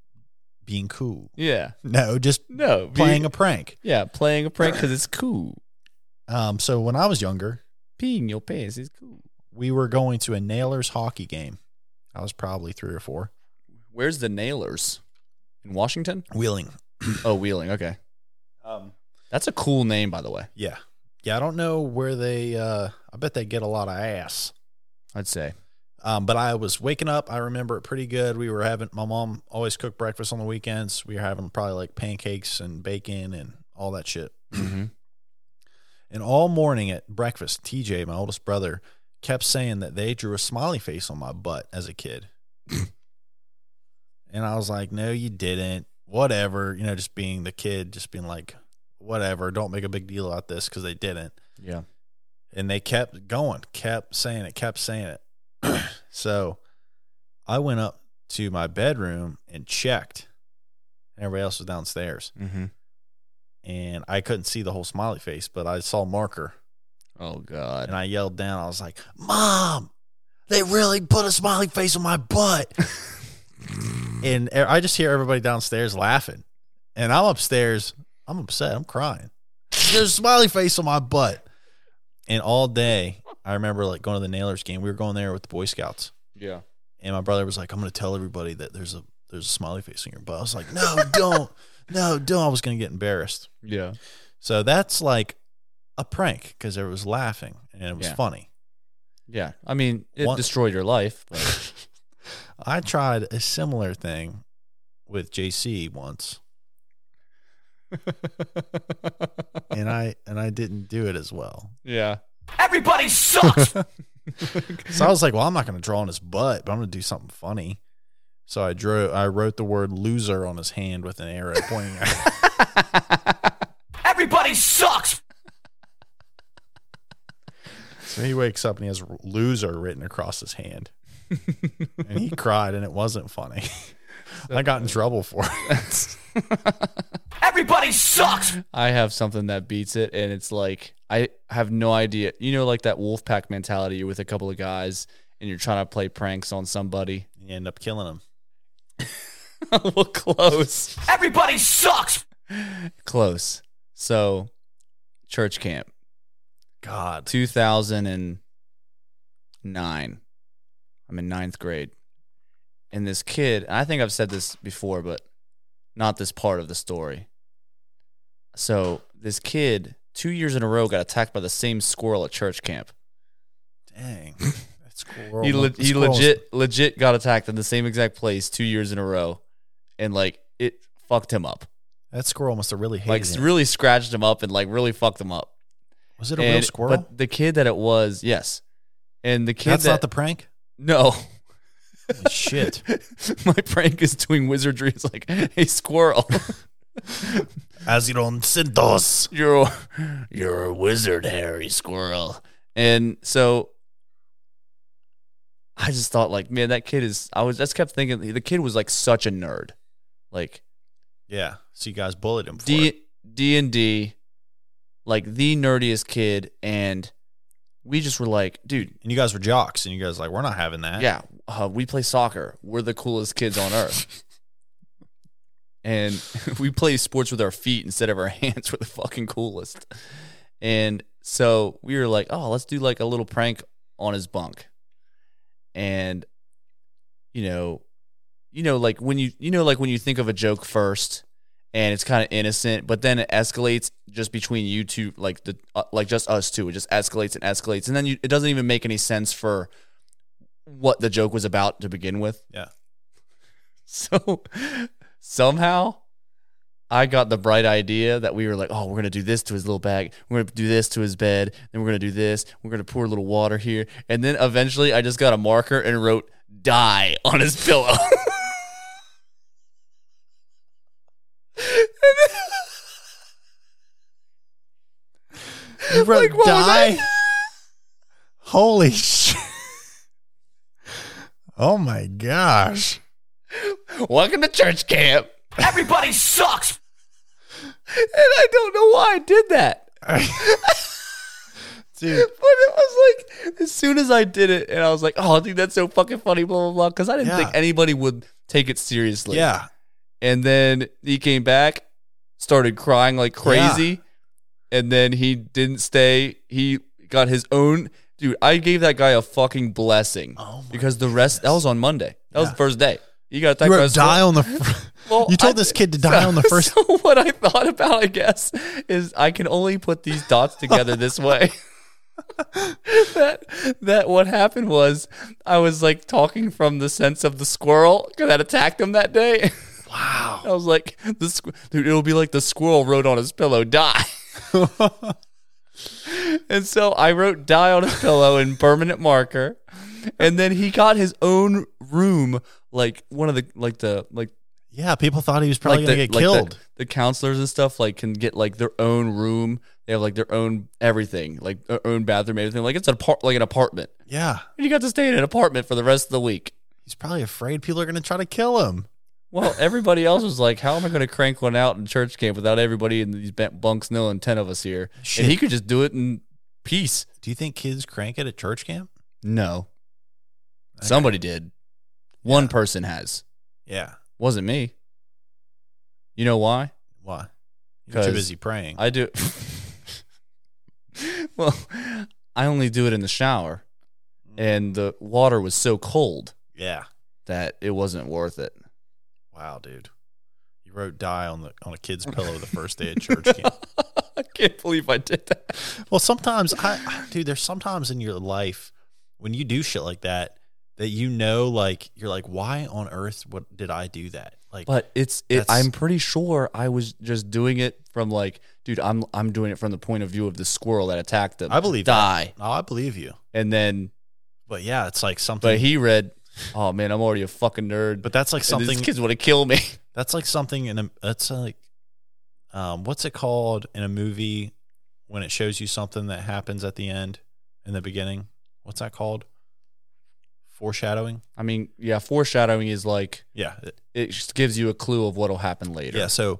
Speaker 1: being cool.
Speaker 2: Yeah.
Speaker 1: No, just
Speaker 2: No, be-
Speaker 1: playing a prank.
Speaker 2: yeah, playing a prank because it's cool.
Speaker 1: Um, so when I was younger,
Speaker 2: Peeing your pants is cool.
Speaker 1: we were going to a Nailers hockey game. I was probably three or four.
Speaker 2: Where's the nailers? In Washington?
Speaker 1: Wheeling.
Speaker 2: Oh, Wheeling. Okay,
Speaker 1: Um,
Speaker 2: that's a cool name, by the way.
Speaker 1: yeah. Yeah, I don't know where they uh I bet they get a lot of ass.
Speaker 2: I'd say.
Speaker 1: Um, but I was waking up. I remember it pretty good. We were having my mom always cooked breakfast on the weekends. We were having probably like pancakes and bacon and all that shit.
Speaker 2: Mm-hmm.
Speaker 1: And all morning at breakfast, TJ, my oldest brother, kept saying that they drew a smiley face on my butt as a kid. and I was like, "No, you didn't. Whatever." You know, just being the kid, just being like, "Whatever. Don't make a big deal out this because they didn't."
Speaker 2: Yeah.
Speaker 1: and they kept going, kept saying it, kept saying it. so I went up to my bedroom and checked. Everybody else was downstairs,
Speaker 2: Mm-hmm.
Speaker 1: and I couldn't see the whole smiley face, but I saw marker,
Speaker 2: Oh God.
Speaker 1: and I yelled down. I was like, "Mom, they really put a smiley face on my butt!" and e- I just hear everybody downstairs laughing, and I'm upstairs. I'm upset. I'm crying. There's a smiley face on my butt. And all day, I remember like going to the Nailers game. We were going there with the Boy Scouts,
Speaker 2: yeah.
Speaker 1: and my brother was like, "I'm going to tell everybody that there's a there's a smiley face on your butt." I was like, "No, don't, no, don't." I was going to get embarrassed.
Speaker 2: Yeah.
Speaker 1: So that's like a prank because there was laughing and it was
Speaker 2: Yeah.
Speaker 1: funny.
Speaker 2: Yeah. I mean, it
Speaker 1: One-
Speaker 2: destroyed your life. But
Speaker 1: I tried a similar thing with JC once, and I and I didn't do it as well.
Speaker 2: yeah.
Speaker 4: Everybody sucks!
Speaker 1: So I was like, well, I'm not going to draw on his butt, but I'm going to do something funny. So I drew, I wrote the word loser on his hand with an arrow pointing at
Speaker 4: Everybody sucks!
Speaker 1: So he wakes up and he has loser written across his hand. and he cried and it wasn't funny. I got in trouble for it.
Speaker 4: Everybody sucks!
Speaker 2: I have something that beats it, and it's like I have no idea. You know, like that wolf pack mentality. You're with a couple of guys, and you're trying to play pranks on somebody.
Speaker 1: You end up killing him.
Speaker 2: well, close,
Speaker 4: Everybody sucks!
Speaker 2: close. So, church camp,
Speaker 1: God.
Speaker 2: 2009. I'm in ninth grade, and this kid. And I think I've said this before, but not this part of the story. So this kid two years in a row got attacked by the same squirrel at church camp.
Speaker 1: Dang. That squirrel.
Speaker 2: he le-
Speaker 1: that
Speaker 2: he
Speaker 1: squirrel's-
Speaker 2: legit legit got attacked in the same exact place two years in a row, and like it fucked him up.
Speaker 1: That squirrel must have really hated
Speaker 2: Like
Speaker 1: it.
Speaker 2: really scratched him up and like really fucked him up.
Speaker 1: was it a real
Speaker 2: And-
Speaker 1: squirrel?
Speaker 2: But the kid that it was, yes, and the kid
Speaker 1: That's
Speaker 2: that
Speaker 1: not the prank.
Speaker 2: no.
Speaker 1: Holy shit.
Speaker 2: My prank is doing wizardry. It's like, hey, squirrel,
Speaker 1: As you don't send those.
Speaker 2: you're a, you're a wizard, Harry Squirrel. And so I just thought, like, man, that kid is. I was just kept thinking the kid was like such a nerd, like
Speaker 1: Yeah. So you guys bullied him for it.
Speaker 2: D D and D, like the nerdiest kid. And we just were like, dude,
Speaker 1: And you guys were jocks, and you guys like, we're not having that.
Speaker 2: yeah, uh, we play soccer. We're the coolest kids on earth. and we play sports with our feet instead of our hands. We're the fucking coolest. And so we were like, oh, let's do like a little prank on his bunk. And you know, you know, like when you you know, like when you think of a joke first and it's kind of innocent, but then it escalates just between you two, like the uh, like just us two. It just escalates and escalates, and then you, it doesn't even make any sense for what the joke was about to begin with.
Speaker 1: Yeah.
Speaker 2: So somehow I got the bright idea that we were like, oh, we're gonna do this to his little bag, we're gonna do this to his bed, then we're gonna do this, we're gonna pour a little water here, and then eventually I just got a marker and wrote "die" on his pillow.
Speaker 1: You wrote
Speaker 2: Like, what was I-
Speaker 1: die. Holy shit. Oh my gosh.
Speaker 2: Welcome to church camp.
Speaker 4: Everybody sucks.
Speaker 2: And I don't know why I did that.
Speaker 1: Dude,
Speaker 2: But it was like as soon as I did it, and I was like, "Oh, dude, that's so fucking funny." Blah blah blah. Because I didn't
Speaker 1: Yeah.
Speaker 2: think anybody would take it seriously.
Speaker 1: yeah.
Speaker 2: And then he came back, started crying like crazy, and then he didn't stay. He got his own. Dude, I gave that guy a fucking blessing
Speaker 1: Oh my
Speaker 2: because the rest that was on Monday. That was
Speaker 1: Yeah.
Speaker 2: the first day. You got
Speaker 1: You
Speaker 2: attacked by a
Speaker 1: wrote
Speaker 2: squirrel.
Speaker 1: die on the. Fr-
Speaker 2: Well,
Speaker 1: you told
Speaker 2: I-
Speaker 1: this kid to die on the first.
Speaker 2: So what I thought about, I guess, is I can only put these dots together this way. that that what happened was I was like talking from the sense of the squirrel 'cause that attacked him that day. Wow. I was like, the squ- dude, it'll be like the squirrel wrote on his pillow, die. and so I wrote die on his pillow in permanent marker. And then he got his own room, like one of the like the like
Speaker 1: Yeah, people thought he was probably gonna get killed.
Speaker 2: the counselors and stuff like can get like their own room. They have like their own everything, like their own bathroom, everything. Like it's an apart, like an apartment.
Speaker 1: yeah,
Speaker 2: And you got to stay in an apartment for the rest of the week.
Speaker 1: he's probably afraid people are gonna try to kill him.
Speaker 2: Well, everybody else was like, "How am I going to crank one out in church camp without everybody in these bent bunks knowing ten of us here?"
Speaker 1: Shit.
Speaker 2: And he could just do it in peace.
Speaker 1: Do you think kids crank it at church camp?
Speaker 2: No, somebody did. One person has.
Speaker 1: Yeah.
Speaker 2: Wasn't me. You know why?
Speaker 1: Why? You're too
Speaker 2: 'Cause
Speaker 1: busy praying.
Speaker 2: I do. well, I only do it in the shower, and the water was so cold
Speaker 1: Mm. yeah.
Speaker 2: that it wasn't worth it.
Speaker 1: Wow, dude. You wrote die on the on a kid's pillow the first day at church camp.
Speaker 2: I can't believe I did that.
Speaker 1: Well, sometimes I, dude, there's sometimes in your life when you do shit like that that you know, like you're like, why on earth what did I do that? Like,
Speaker 2: But it's it,
Speaker 1: That's-
Speaker 2: I'm pretty sure I was just doing it from like, dude, I'm I'm doing it from the point of view of the squirrel that attacked him.
Speaker 1: I believe that.
Speaker 2: die,
Speaker 1: oh, I believe you.
Speaker 2: and then
Speaker 1: But yeah, it's like something.
Speaker 2: but he read, oh man, I'm already a fucking nerd.
Speaker 1: but that's like
Speaker 2: And
Speaker 1: something.
Speaker 2: These kids want to kill me.
Speaker 1: That's like something in a. That's like, um, what's it called in a movie when it shows you something that happens at the end, in the beginning? What's that called? Foreshadowing.
Speaker 2: I mean, yeah, foreshadowing is like
Speaker 1: Yeah, it-
Speaker 2: it just gives you a clue of what'll happen later.
Speaker 1: Yeah, so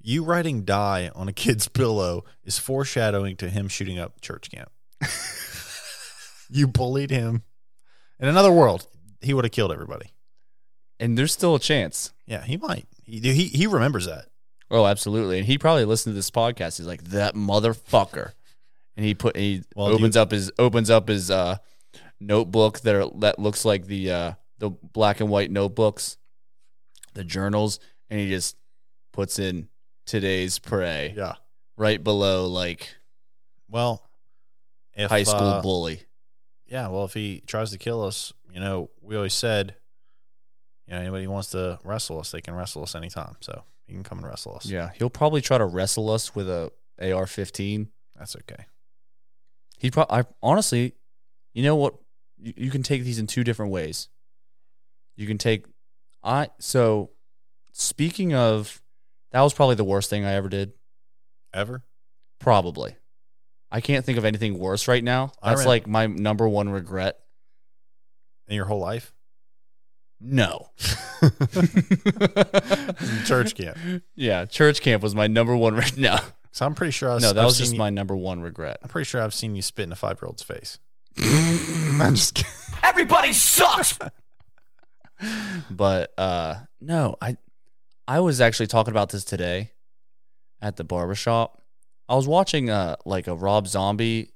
Speaker 1: you writing die on a kid's pillow is foreshadowing to him shooting up church camp. you bullied him. In another world, he would have killed everybody.
Speaker 2: and there's still a chance.
Speaker 1: Yeah, he might. He he, he remembers that.
Speaker 2: Oh, absolutely. And he probably listened to this podcast. He's like that motherfucker, and he put he
Speaker 1: Well,
Speaker 2: opens up his opens up his uh, notebook that are, that looks like the uh, the black and white notebooks, the journals, and he just puts in today's pray
Speaker 1: Yeah.
Speaker 2: right below like
Speaker 1: Well, if
Speaker 2: High school
Speaker 1: uh,
Speaker 2: bully.
Speaker 1: yeah, well, if he tries to kill us, you know, we always said, you know, anybody who wants to wrestle us, they can wrestle us anytime. So he can come and wrestle us.
Speaker 2: Yeah, he'll probably try to wrestle us with a AR-15.
Speaker 1: That's okay.
Speaker 2: He probably honestly, you know what? You, you can take these in two different ways. You can take I so speaking of that was probably the worst thing I ever did.
Speaker 1: Ever?
Speaker 2: Probably. I can't think of anything worse right now.
Speaker 1: I
Speaker 2: That's
Speaker 1: ran-
Speaker 2: like my number one regret.
Speaker 1: In your whole life?
Speaker 2: No.
Speaker 1: Church camp.
Speaker 2: Yeah, church camp was my number one. Re- no,
Speaker 1: So I'm pretty sure I was,
Speaker 2: no, that
Speaker 1: I've
Speaker 2: was
Speaker 1: seen
Speaker 2: just
Speaker 1: you-
Speaker 2: my number one regret.
Speaker 1: I'm pretty sure I've seen you spit in a five year old's face. I'm just kidding.
Speaker 4: Everybody sucks.
Speaker 2: But uh no, I I was actually talking about this today at the barbershop. I was watching uh like a Rob Zombie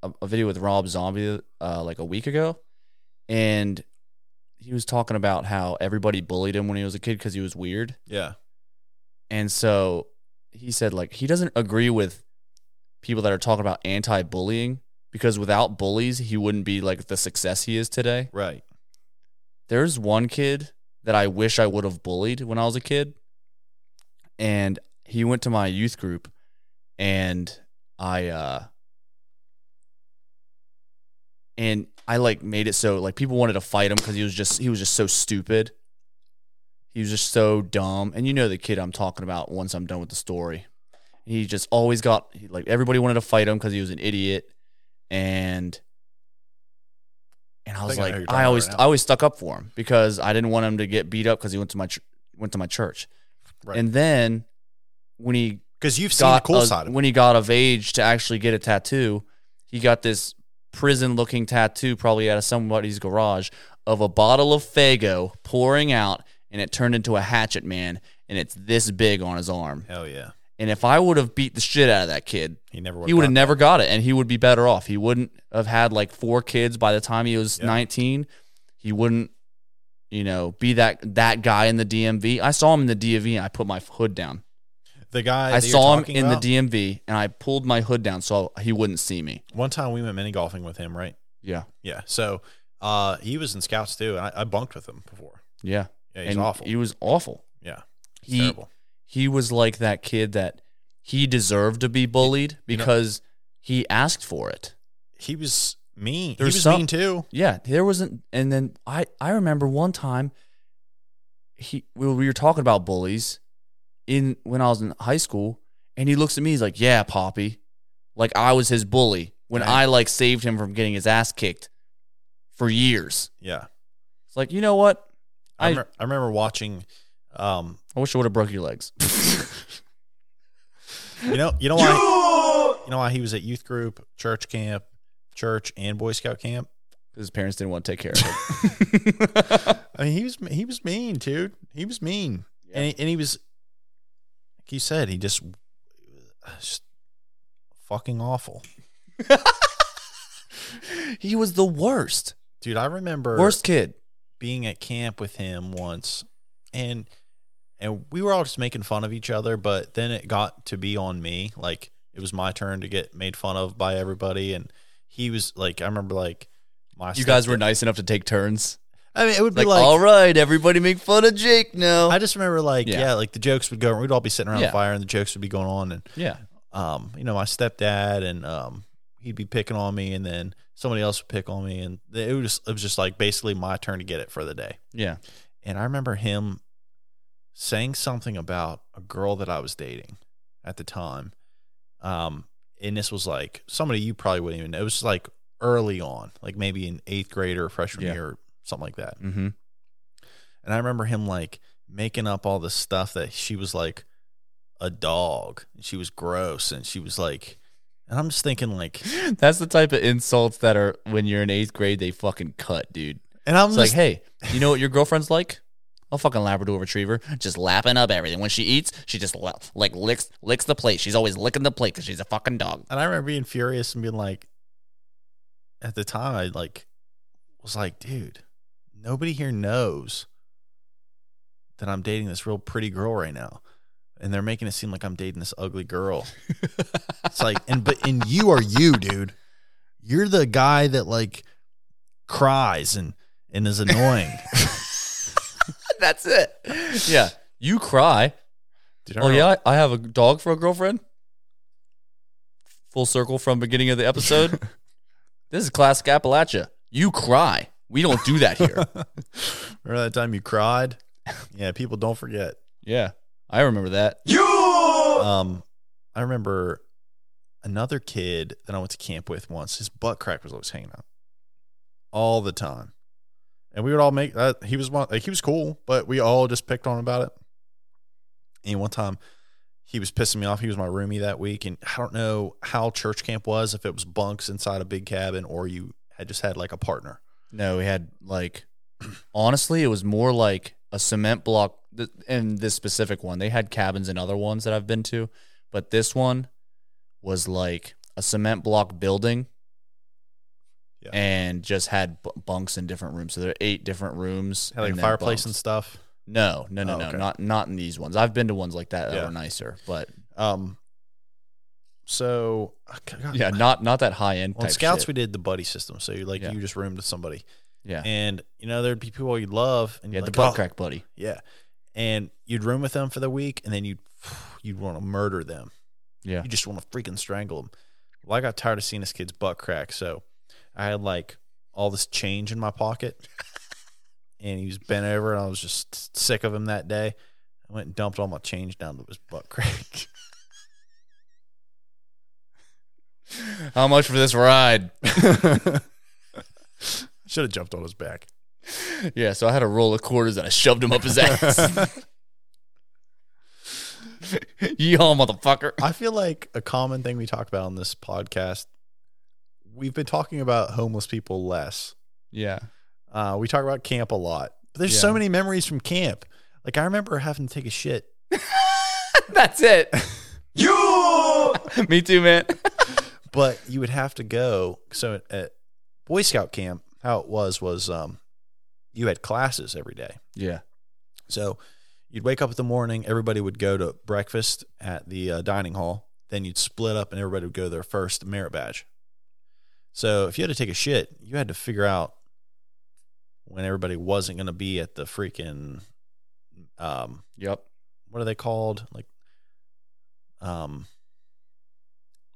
Speaker 2: a, a video with Rob Zombie uh like a week ago and he was talking about how everybody bullied him when he was a kid cuz he was weird.
Speaker 1: Yeah.
Speaker 2: And so he said like he doesn't agree with people that are talking about anti-bullying because without bullies he wouldn't be like the success he is today.
Speaker 1: Right.
Speaker 2: There's one kid that I wish I would have bullied when I was a kid. And he went to my youth group and I uh and I like made it so like people wanted to fight him cuz he was just he was just so stupid. He was just so dumb. And you know the kid I'm talking about once I'm done with the story. He just always got he- like everybody wanted to fight him cuz he was an idiot and and I was
Speaker 1: think I know who
Speaker 2: like
Speaker 1: you're talking
Speaker 2: I
Speaker 1: about
Speaker 2: always
Speaker 1: right now.
Speaker 2: I always stuck up for him because I didn't want him to get beat up cuz he went to my ch- went to my church.
Speaker 1: Right.
Speaker 2: And then when he
Speaker 1: Because you've seen the
Speaker 2: got
Speaker 1: cool
Speaker 2: a-
Speaker 1: side of it.
Speaker 2: when he got of age to actually get a tattoo, he got this prison looking tattoo probably out of somebody's garage of a bottle of Fago pouring out and it turned into a hatchet man and it's this big on his arm.
Speaker 1: Hell yeah.
Speaker 2: And if I would have beat the shit out of that kid,
Speaker 1: He never
Speaker 2: he would have never got it and he would be better off. He wouldn't have had like four kids by the time he was
Speaker 1: Yeah.
Speaker 2: 19. He wouldn't you know, be that that guy in the DMV. I saw him in the DMV and I put my hood down.
Speaker 1: The guy
Speaker 2: I
Speaker 1: that you're
Speaker 2: saw him
Speaker 1: talking
Speaker 2: in
Speaker 1: about,
Speaker 2: the DMV and I pulled my hood down so he wouldn't see me.
Speaker 1: One time we went mini golfing with him, right?
Speaker 2: Yeah.
Speaker 1: Yeah. So uh, he was in scouts too, and I, I bunked with him before.
Speaker 2: Yeah.
Speaker 1: Yeah, he's
Speaker 2: and
Speaker 1: awful.
Speaker 2: He was awful.
Speaker 1: yeah, he's
Speaker 2: He
Speaker 1: terrible.
Speaker 2: he was like that kid that he deserved to be bullied
Speaker 1: You know-
Speaker 2: because he asked for it.
Speaker 1: He was mean. He
Speaker 2: There's
Speaker 1: was
Speaker 2: some-
Speaker 1: mean too.
Speaker 2: Yeah, there wasn't and then I I remember one time he we were, we were talking about bullies in when I was in high school and he looks at me he's like, "Yeah, Poppy." Like I was his bully when
Speaker 1: Right.
Speaker 2: I like saved him from getting his ass kicked for years.
Speaker 1: Yeah,
Speaker 2: It's like, "You know what?
Speaker 1: I,
Speaker 2: I-
Speaker 1: remem- I remember watching. Um,
Speaker 2: I wish I would have broke your legs.
Speaker 1: you know, you know why? You know why he was at youth group, church camp, church, and Boy Scout camp.
Speaker 2: His parents didn't want to take care of him.
Speaker 1: I mean, he was he was mean, dude. He was mean, and he, and he was like you said, he just, just fucking awful,
Speaker 2: he was the worst,
Speaker 1: dude. I remember
Speaker 2: worst kid.
Speaker 1: being at camp with him once and and we were all just making fun of each other but then it got to be on me like it was my turn to get made fun of by everybody and he was like i remember like my
Speaker 2: You guys
Speaker 1: stepdad-
Speaker 2: were nice enough to take turns.
Speaker 1: i mean it would be
Speaker 2: Like,
Speaker 1: like,
Speaker 2: all right, everybody make fun of Jake now.
Speaker 1: i just remember like yeah.
Speaker 2: Yeah.
Speaker 1: like the jokes would go we'd all be sitting around
Speaker 2: Yeah.
Speaker 1: the fire and the jokes would be going on and
Speaker 2: yeah,
Speaker 1: um you know my stepdad and um he'd be picking on me and then somebody else would pick on me and it was just it was just like basically my turn to get it for the day
Speaker 2: yeah.
Speaker 1: and I remember him saying something about a girl that I was dating at the time. Um, and this was like somebody you probably wouldn't even know. It was like early on, like maybe in eighth grade or freshman
Speaker 2: Yeah.
Speaker 1: year or something like that.
Speaker 2: Mm-hmm.
Speaker 1: And I remember him like making up all this stuff that she was like a dog and she was gross and she was like, and I'm just thinking like,
Speaker 2: That's the type of insults that are when you're in eighth grade, they fucking cut, dude.
Speaker 1: and I'm
Speaker 2: It's
Speaker 1: like,
Speaker 2: like, hey, you know what your girlfriend's like? A fucking Labrador Retriever, just lapping up everything. When she eats, she just la- like licks licks the plate. She's always licking the plate because she's a fucking dog.
Speaker 1: And I remember being furious and being like, at the time, I like was like, dude, nobody here knows that I'm dating this real pretty girl right now. and they're making it seem like I'm dating this ugly girl. it's like, and but and you are you, dude. You're the guy that like cries and and is annoying.
Speaker 2: That's it. Yeah. You cry.
Speaker 1: Dude, I
Speaker 2: Oh
Speaker 1: don't-
Speaker 2: yeah, I I have a dog for a girlfriend. Full circle from beginning of the episode. this is classic Appalachia. You cry. We don't do that here.
Speaker 1: Remember that time you cried? Yeah, people don't forget.
Speaker 2: yeah. I remember that.
Speaker 1: Um, I remember another kid that I went to camp with once. His butt crack was always hanging out, all the time, and we would all make. Uh, he was one. Like, he was cool, but we all just picked on him about it. And one time, he was pissing me off. He was my roomie that week, and I don't know how church camp was. If it was bunks inside a big cabin, or you had just had like a partner.
Speaker 2: No, we had like honestly, it was more like a cement block th- in this specific one. They had cabins in other ones that I've been to, but this one was like a cement block building.
Speaker 1: Yeah.
Speaker 2: And just had b- bunks in different rooms. So there are eight different rooms.
Speaker 1: Had like
Speaker 2: and
Speaker 1: a
Speaker 2: then
Speaker 1: fireplace
Speaker 2: bunks.
Speaker 1: and stuff.
Speaker 2: No, no, no,
Speaker 1: Oh,
Speaker 2: no,
Speaker 1: okay.
Speaker 2: not not in these ones. I've been to ones like that that
Speaker 1: Yeah.
Speaker 2: were nicer, but
Speaker 1: Um. So God,
Speaker 2: yeah, not not that high end.
Speaker 1: Well, in
Speaker 2: type
Speaker 1: scouts,
Speaker 2: shit.
Speaker 1: we did the buddy system. So you like
Speaker 2: Yeah.
Speaker 1: you just roomed with somebody,
Speaker 2: yeah,
Speaker 1: and you know there'd be people you love, and
Speaker 2: yeah,
Speaker 1: you're
Speaker 2: the
Speaker 1: like,
Speaker 2: butt
Speaker 1: "Oh,"
Speaker 2: crack buddy.
Speaker 1: yeah, and you'd room with them for the week, and then you you'd want to murder them.
Speaker 2: Yeah,
Speaker 1: You just want to freaking strangle them. Well, I got tired of seeing this kid's butt crack, so I had like all this change in my pocket, and he was bent over, and I was just sick of him that day. I went and dumped all my change down to his butt crack.
Speaker 2: how much for this ride?
Speaker 1: Should have jumped on his back.
Speaker 2: Yeah, so I had a roll of quarters and I shoved him up his ass. Yeehaw, motherfucker.
Speaker 1: I feel like a common thing we talk about on this podcast, we've been talking about homeless people less.
Speaker 2: Yeah.
Speaker 1: Uh, we talk about camp a lot, but there's so
Speaker 2: Yeah.
Speaker 1: many memories from camp. Like I remember having to take a shit.
Speaker 2: That's it. You Me too, man.
Speaker 1: but you would have to go. So at Boy Scout camp, how it was was um, you had classes every day.
Speaker 2: Yeah.
Speaker 1: So you'd wake up in the morning, everybody would go to breakfast at the uh, dining hall. Then you'd split up and everybody would go to their first merit badge. So if you had to take a shit, you had to figure out when everybody wasn't going to be at the freaking, um,
Speaker 2: Yep.
Speaker 1: what are they called? Like, um,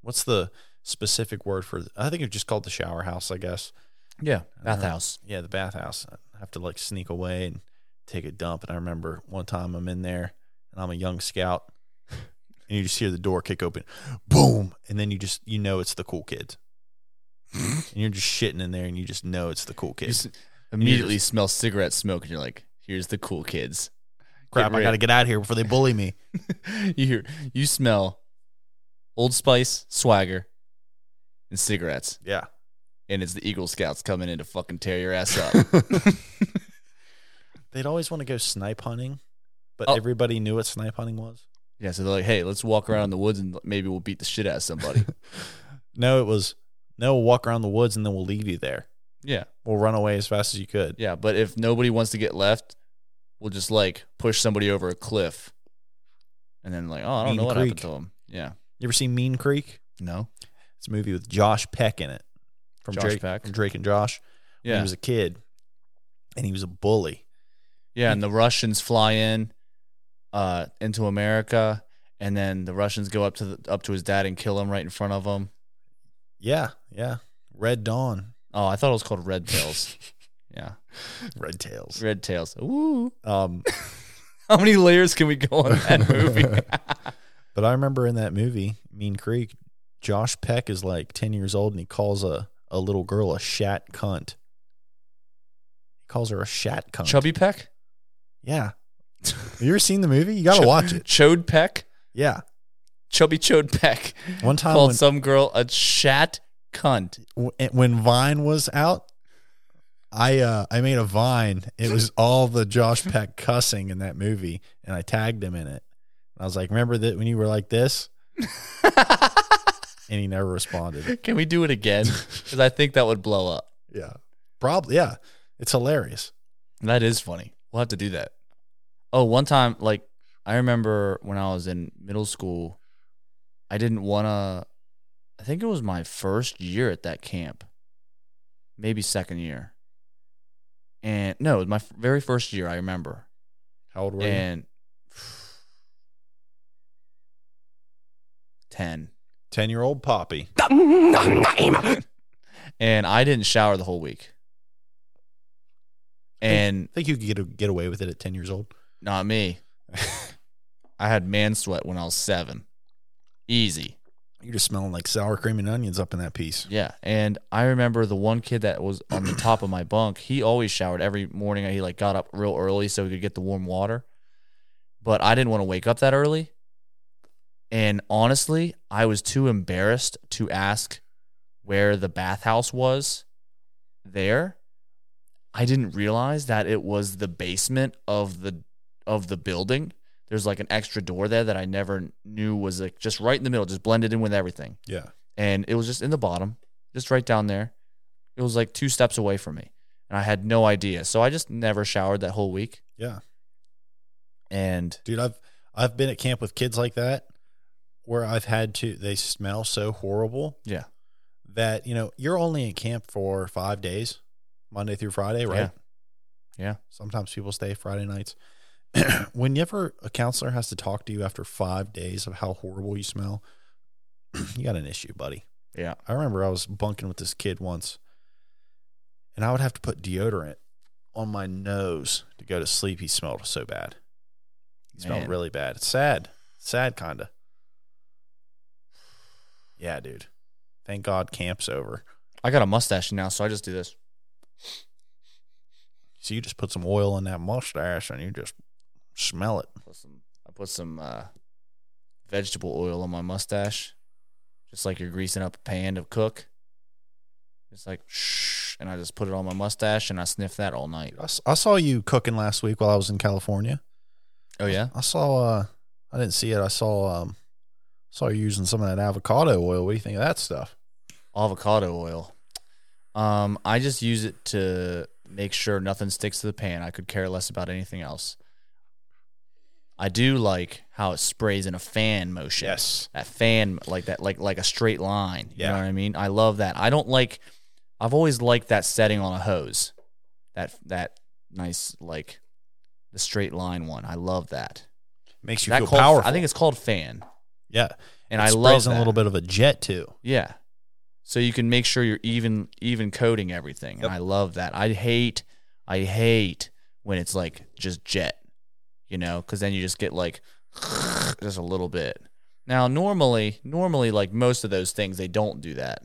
Speaker 1: what's the specific word for? I think it's just called the shower house, I guess.
Speaker 2: Yeah.
Speaker 1: don't know.
Speaker 2: Bathhouse.
Speaker 1: Yeah, the bathhouse. I have to like sneak away and take a dump. And I remember one time I'm in there and I'm a young scout and you just hear the door kick open, boom. And then you just, you know, it's the cool kids. and you're just shitting in there and you just know it's the cool
Speaker 2: You
Speaker 1: kids.
Speaker 2: s- immediately smell cigarette smoke and you're like, here's the cool kids.
Speaker 1: Crap, I got to get out of here before they bully me.
Speaker 2: you hear you smell Old Spice, swagger, and cigarettes.
Speaker 1: Yeah.
Speaker 2: And it's the Eagle Scouts coming in to fucking tear your ass up.
Speaker 1: They'd always want to go snipe hunting, but
Speaker 2: Oh.
Speaker 1: everybody knew what snipe hunting was.
Speaker 2: yeah, so they're like, hey, let's walk around in the woods and maybe we'll beat the shit out of somebody.
Speaker 1: No, it was, no, we'll walk around the woods and then we'll leave you there.
Speaker 2: yeah.
Speaker 1: We'll run away as fast as you could.
Speaker 2: Yeah, but if nobody wants to get left, we'll just like push somebody over a cliff, and then like, oh, I don't
Speaker 1: Mean
Speaker 2: know what
Speaker 1: Creek.
Speaker 2: happened to him. Yeah,
Speaker 1: You ever seen Mean Creek?
Speaker 2: no,
Speaker 1: It's a movie with Josh Peck in it from
Speaker 2: Josh
Speaker 1: Drake,
Speaker 2: Peck.
Speaker 1: from Drake and Josh. When
Speaker 2: yeah,
Speaker 1: he was a kid, and he was a bully.
Speaker 2: yeah. And the Russians fly in, uh, into America, and then the Russians go up to the, up to his dad and kill him right in front of him.
Speaker 1: Yeah, yeah. Red Dawn,
Speaker 2: Oh, I thought it was called Red Tails. yeah,
Speaker 1: Red Tails.
Speaker 2: Red Tails. Woo!
Speaker 1: Um,
Speaker 2: How many layers can we go on that movie?
Speaker 1: but I remember in that movie, Mean Creek, Josh Peck is like ten years old, and he calls a a little girl a shat cunt. He calls her a shat cunt.
Speaker 2: Chubby Peck,
Speaker 1: Yeah. Have you ever seen the movie? You gotta watch it.
Speaker 2: Chode Peck,
Speaker 1: Yeah.
Speaker 2: Chubby Chode Peck.
Speaker 1: One time
Speaker 2: called
Speaker 1: when-
Speaker 2: some girl a shat cunt.
Speaker 1: w- eh, when Vine was out, I uh, I made a Vine. It was all the Josh Peck cussing in that movie, and I tagged him in it. I was like, "Remember that when you were like this?" and he never responded.
Speaker 2: Can we do it again? Because I think that would blow up.
Speaker 1: Yeah, probably. Yeah, it's hilarious.
Speaker 2: That is funny. We'll have to do that. Oh, one time, like I remember when I was in middle school, I didn't want to. I think it was my first year at that camp, maybe second year. And no, it was my f- very first year, I remember.
Speaker 1: How old were you?
Speaker 2: And 10.
Speaker 1: Ten year old Poppy.
Speaker 2: And I didn't shower the whole week. And
Speaker 1: I think you could get a, get away with it at ten years old.
Speaker 2: Not me. I had man sweat when I was seven. Easy.
Speaker 1: You're just smelling like sour cream and onions up in that piece.
Speaker 2: Yeah. And I remember the one kid that was on the top of my bunk, he always showered every morning. He like got up real early so he could get the warm water. But I didn't want to wake up that early. And honestly, I was too embarrassed to ask where the bathhouse was there. I didn't realize that it was the basement of the of the building. There's like an extra door there that I never knew was like just right in the middle, just blended in with everything
Speaker 1: Yeah.
Speaker 2: and it was just in the bottom, just right down there. It was like two steps away from me, and I had no idea. So I just never showered that whole week.
Speaker 1: Yeah.
Speaker 2: And
Speaker 1: Dude, I've I've been at camp with kids like that where I've had to they smell so horrible
Speaker 2: yeah,
Speaker 1: that, you know, you're only in camp for 5 days, Monday through Friday, right?
Speaker 2: Yeah.
Speaker 1: Sometimes people stay Friday nights. Whenever a counselor has to talk to you after 5 days of how horrible you smell, you got an issue, buddy.
Speaker 2: yeah,
Speaker 1: I remember I was bunking with this kid once, and I would have to put deodorant on my nose to go to sleep. He smelled so bad. He smelled
Speaker 2: Man.
Speaker 1: really bad. It's sad. Sad, kinda. Yeah, dude. Thank God camp's over.
Speaker 2: I got a mustache now, so I just do this.
Speaker 1: So you just put some oil in that mustache and you just smell it.
Speaker 2: Put some, I put some uh, vegetable oil on my mustache, just like you're greasing up a pan to cook. It's like shh, and I just put it on my mustache and I sniff that all night.
Speaker 1: I, s- I saw you cooking last week while I was in California.
Speaker 2: Oh yeah,
Speaker 1: I saw. uh I didn't see it. I saw. um Saw you using some of that avocado oil. What do you think of that stuff?
Speaker 2: avocado oil. Um, I just use it to make sure nothing sticks to the pan. I could care less about anything else. I do like how it sprays in a fan motion.
Speaker 1: Yes.
Speaker 2: That fan like that like like a straight line. You know
Speaker 1: Yeah.
Speaker 2: what I mean? I love that. I don't like I've always liked that setting on a hose. That that nice like the straight line one. I love that.
Speaker 1: Makes you
Speaker 2: that
Speaker 1: feel
Speaker 2: called,
Speaker 1: powerful.
Speaker 2: I think it's called fan.
Speaker 1: yeah.
Speaker 2: And
Speaker 1: It
Speaker 2: I love
Speaker 1: sprays in
Speaker 2: that.
Speaker 1: a little bit of a jet too.
Speaker 2: Yeah. So you can make sure you're even even coding everything.
Speaker 1: Yep.
Speaker 2: And I love that. I hate I hate when it's like just jet, you know, cuz then you just get like just a little bit. Now, normally, normally like most of those things they don't do that.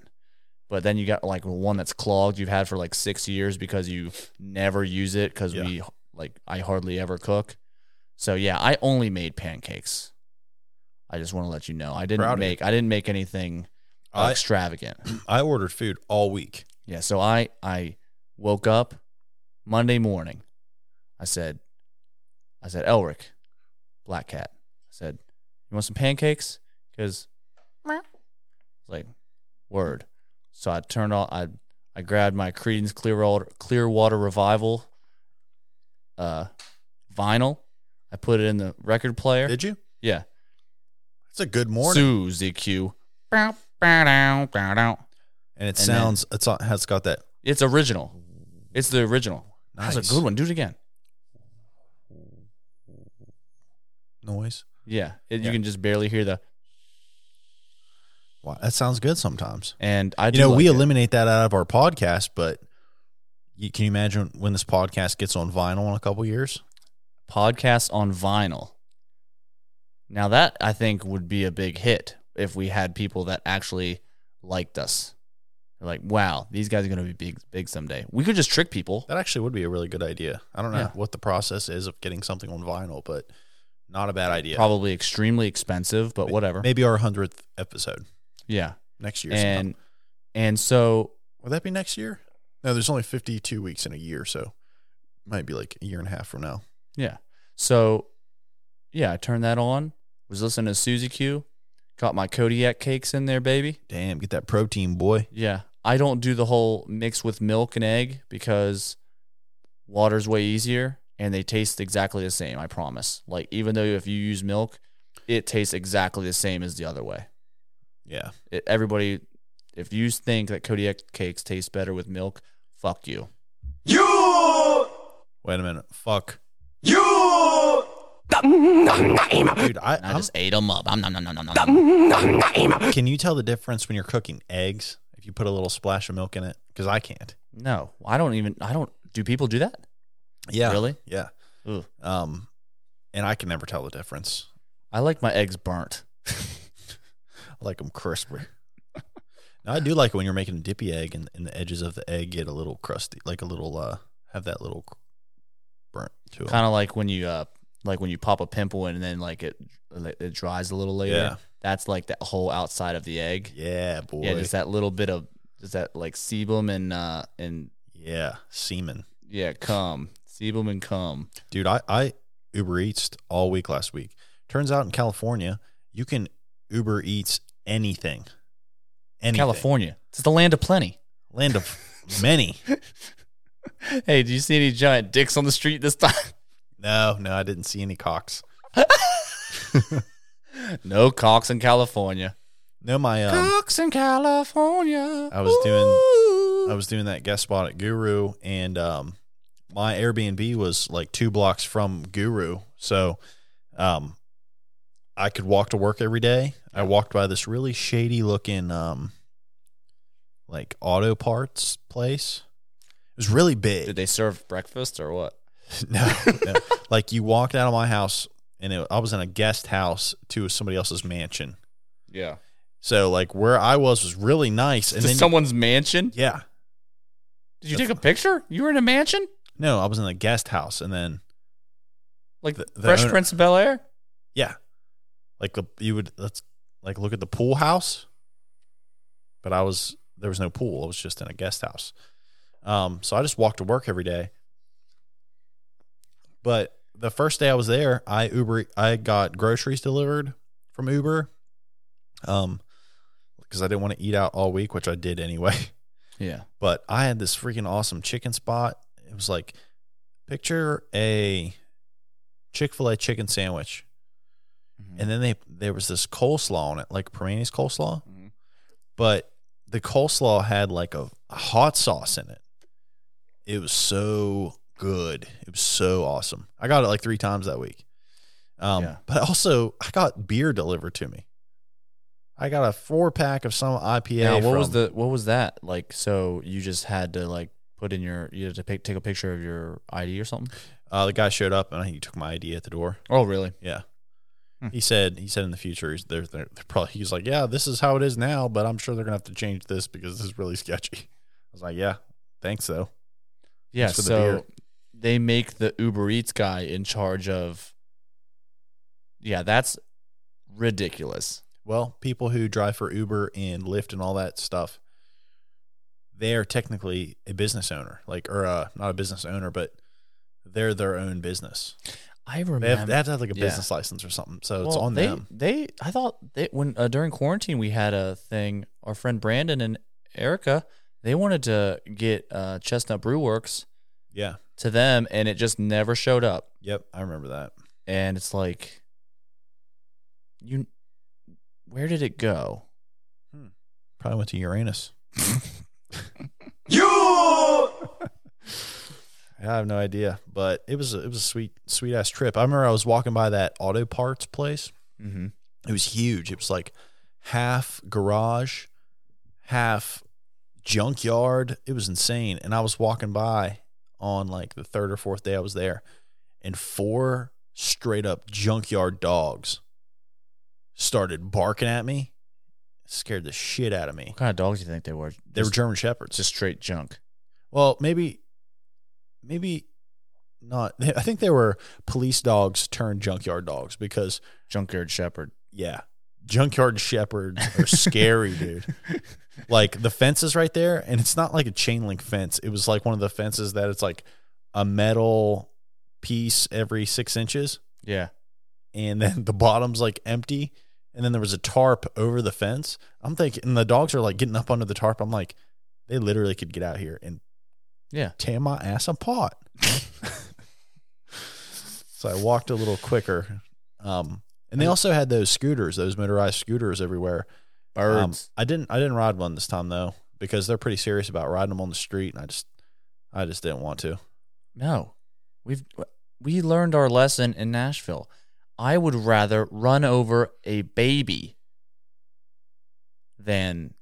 Speaker 2: But then you got like one that's clogged you've had for like 6 years because you never use it cuz
Speaker 1: Yeah.
Speaker 2: we like I hardly ever cook. So yeah, I only made pancakes. I just want to let you know. I didn't
Speaker 1: Proud of you.
Speaker 2: make I didn't make anything
Speaker 1: I,
Speaker 2: extravagant.
Speaker 1: I ordered food all week.
Speaker 2: Yeah. So I I woke up Monday morning. I said, I said, Elric, Black Cat. I said, you want some pancakes? Because like word. So I turned on. I I grabbed my Creedence Clearwater Clearwater Revival uh vinyl. I put it in the record player.
Speaker 1: Did you?
Speaker 2: yeah.
Speaker 1: It's a good morning,
Speaker 2: Suzy Q. Bow, bow, dow, bow, dow.
Speaker 1: and it
Speaker 2: and
Speaker 1: sounds it's on- it's got that.
Speaker 2: It's original. It's the original. That's
Speaker 1: Nice.
Speaker 2: a good one. Do it again.
Speaker 1: Noise.
Speaker 2: Yeah, it,
Speaker 1: Yeah.
Speaker 2: you can just barely hear the.
Speaker 1: Wow, that sounds good sometimes.
Speaker 2: And I do
Speaker 1: You know, we
Speaker 2: like it.
Speaker 1: eliminate that out of our podcast, but you, can you imagine when this podcast gets on vinyl in a couple years?
Speaker 2: podcasts on vinyl. Now that I think would be a big hit if we had people that actually liked us. They're like, wow, these guys are going to be big, big someday. We could just trick people.
Speaker 1: That actually would be a really good idea. I don't know
Speaker 2: Yeah.
Speaker 1: what the process is of getting something on vinyl, but not a bad idea.
Speaker 2: Probably extremely expensive, but whatever.
Speaker 1: Maybe our hundredth episode
Speaker 2: Yeah,
Speaker 1: next year. sometime.
Speaker 2: and and so
Speaker 1: Would that be next year? No, there's only 52 weeks in a year, so might be like a year and a half from now.
Speaker 2: Yeah. So, yeah, I turned that on. Was listening to Suzy Q. Got my Kodiak cakes in there, baby.
Speaker 1: Damn, get that protein, boy.
Speaker 2: Yeah. I don't do the whole mix with milk and egg because water's way easier. and they taste exactly the same. I promise. Like even though if you use milk, it tastes exactly the same as the other way.
Speaker 1: Yeah.
Speaker 2: It, everybody, if you think that Kodiak cakes taste better with milk, fuck you.
Speaker 4: You!
Speaker 1: Wait a minute. Fuck.
Speaker 4: You!
Speaker 1: Dude, I,
Speaker 2: And I
Speaker 1: I'm-
Speaker 2: just ate them up. I'm nom nom nom nom nom.
Speaker 1: can you tell the difference when you're cooking eggs if you put a little splash of milk in it? Because I can't.
Speaker 2: No, I don't even. I don't. Do people do that?
Speaker 1: Yeah.
Speaker 2: Really?
Speaker 1: Yeah.
Speaker 2: Ugh.
Speaker 1: Um, and I can never tell the difference.
Speaker 2: I like my eggs burnt.
Speaker 1: I like them crispy. now I do like it when you're making a dippy egg and, and the edges of the egg get a little crusty, like a little uh, have that little cr- burnt to it.
Speaker 2: kind of like when you uh like when you pop a pimple and then like it it dries a little later.
Speaker 1: Yeah.
Speaker 2: That's like that whole outside of the egg.
Speaker 1: Yeah, boy.
Speaker 2: Yeah, just that little bit of just that like sebum and uh and
Speaker 1: yeah, semen.
Speaker 2: yeah, cum. Sebum and cum.
Speaker 1: Dude, I, I Uber Eats all week last week. Turns out in California, you can Uber Eats anything. Anything.
Speaker 2: California. It's the land of plenty.
Speaker 1: Land of many.
Speaker 2: Hey, do you see any giant dicks on the street this time?
Speaker 1: No, no, I didn't see any cocks.
Speaker 2: no cocks in California.
Speaker 1: No, my um,
Speaker 2: cocks in California.
Speaker 1: I was doing-
Speaker 2: Ooh.
Speaker 1: I was doing that guest spot at Guru, and um, my Airbnb was like two blocks from Guru, so um, I could walk to work every day. I walked by this really shady looking um, like auto parts place. It was really big.
Speaker 2: Did they serve breakfast or what?
Speaker 1: No, no. like you walked out of my house, and it, I was in a guest house to somebody else's mansion.
Speaker 2: Yeah.
Speaker 1: So like where I was was really nice, and
Speaker 2: to
Speaker 1: then
Speaker 2: someone's mansion?
Speaker 1: yeah,
Speaker 2: Did you take a picture? You were in a mansion?
Speaker 1: no, I was in a guest house, and then
Speaker 2: Like
Speaker 1: The- the
Speaker 2: Fresh
Speaker 1: owner-
Speaker 2: Prince of Bel Air?
Speaker 1: yeah, like the you would let's like look at the pool house, but I was there was no pool. I was just in a guest house. Um, so I just walked to work every day. But the first day I was there, I Uber, I got groceries delivered from Uber, um, because I didn't want to eat out all week, which I did anyway.
Speaker 2: Yeah.
Speaker 1: But I had this freaking awesome chicken spot. It was like picture a Chick Fil A chicken sandwich,
Speaker 2: Mm-hmm.
Speaker 1: and then they there was this coleslaw on it, like Peroni's coleslaw,
Speaker 2: Mhm.
Speaker 1: but the coleslaw had like a, a hot sauce in it. It was so good. It was so awesome. I got it like three times that week. Um,
Speaker 2: Yeah.
Speaker 1: but also I got beer delivered to me. I got a four pack of some IPA.
Speaker 2: Yeah. what was
Speaker 1: from-
Speaker 2: the what was that? Like so you just had to like put in your you had to pick, take a picture of your ID or something?
Speaker 1: Uh, the guy showed up and he took my ID at the door.
Speaker 2: Oh really?
Speaker 1: Yeah.
Speaker 2: Hmm.
Speaker 1: He said he said in the future he's they're, they're, they're probably he's like yeah this is how it is now but I'm sure they're gonna have to change this because this is really sketchy. I was like yeah thanks though.
Speaker 2: Yeah.
Speaker 1: Thanks for the
Speaker 2: so
Speaker 1: beer.
Speaker 2: they make the Uber Eats guy in charge of Yeah, that's ridiculous.
Speaker 1: Well people who drive for Uber and Lyft and all that stuff, they are technically a business owner like or uh, not a business owner but they're their own business.
Speaker 2: I remember
Speaker 1: They have, they have to have like a
Speaker 2: Yeah.
Speaker 1: business license or something so it's
Speaker 2: Well,
Speaker 1: on
Speaker 2: they,
Speaker 1: them.
Speaker 2: They, I thought they when uh, during quarantine we had a thing. Our friend Brandon and Erica, they wanted to get uh, Chestnut Brew Works
Speaker 1: Yeah.
Speaker 2: to them, and it just never showed up.
Speaker 1: Yep. I remember that.
Speaker 2: And it's like, you, where did it go?
Speaker 1: Probably went to Uranus.
Speaker 4: You!
Speaker 1: I have no idea, but it was a, it was a sweet sweet ass trip. I remember I was walking by that auto parts place.
Speaker 2: Mm-hmm.
Speaker 1: It was huge. It was like half garage, half junkyard. It was insane. And I was walking by on like the third or fourth day I was there, and four straight up junkyard dogs started barking at me. Scared the shit out of me.
Speaker 2: What kind of dogs do you think they were?
Speaker 1: They were
Speaker 2: Just-
Speaker 1: German shepherds.
Speaker 2: just straight junk.
Speaker 1: Well, maybe, maybe not. I think they were police dogs turned junkyard dogs because,
Speaker 2: Junkyard Shepherd.
Speaker 1: yeah, junkyard shepherds are scary, dude. Like the fence is right there, and it's not like a chain link fence. It was like one of the fences that it's like a metal piece every six inches,
Speaker 2: Yeah.
Speaker 1: and then the bottom's like empty. And then there was a tarp over the fence. I'm thinking, and the dogs are like getting up under the tarp. I'm like, they literally could get out here and
Speaker 2: Yeah.
Speaker 1: tear my ass apart. So I walked a little quicker. Um, and they also had those scooters, those motorized scooters everywhere. Um,
Speaker 2: Birds.
Speaker 1: I didn't I didn't ride one this time though because they're pretty serious about riding them on the street, and I just I just didn't want to.
Speaker 2: no, we've we learned our lesson in Nashville. I would rather run over a baby than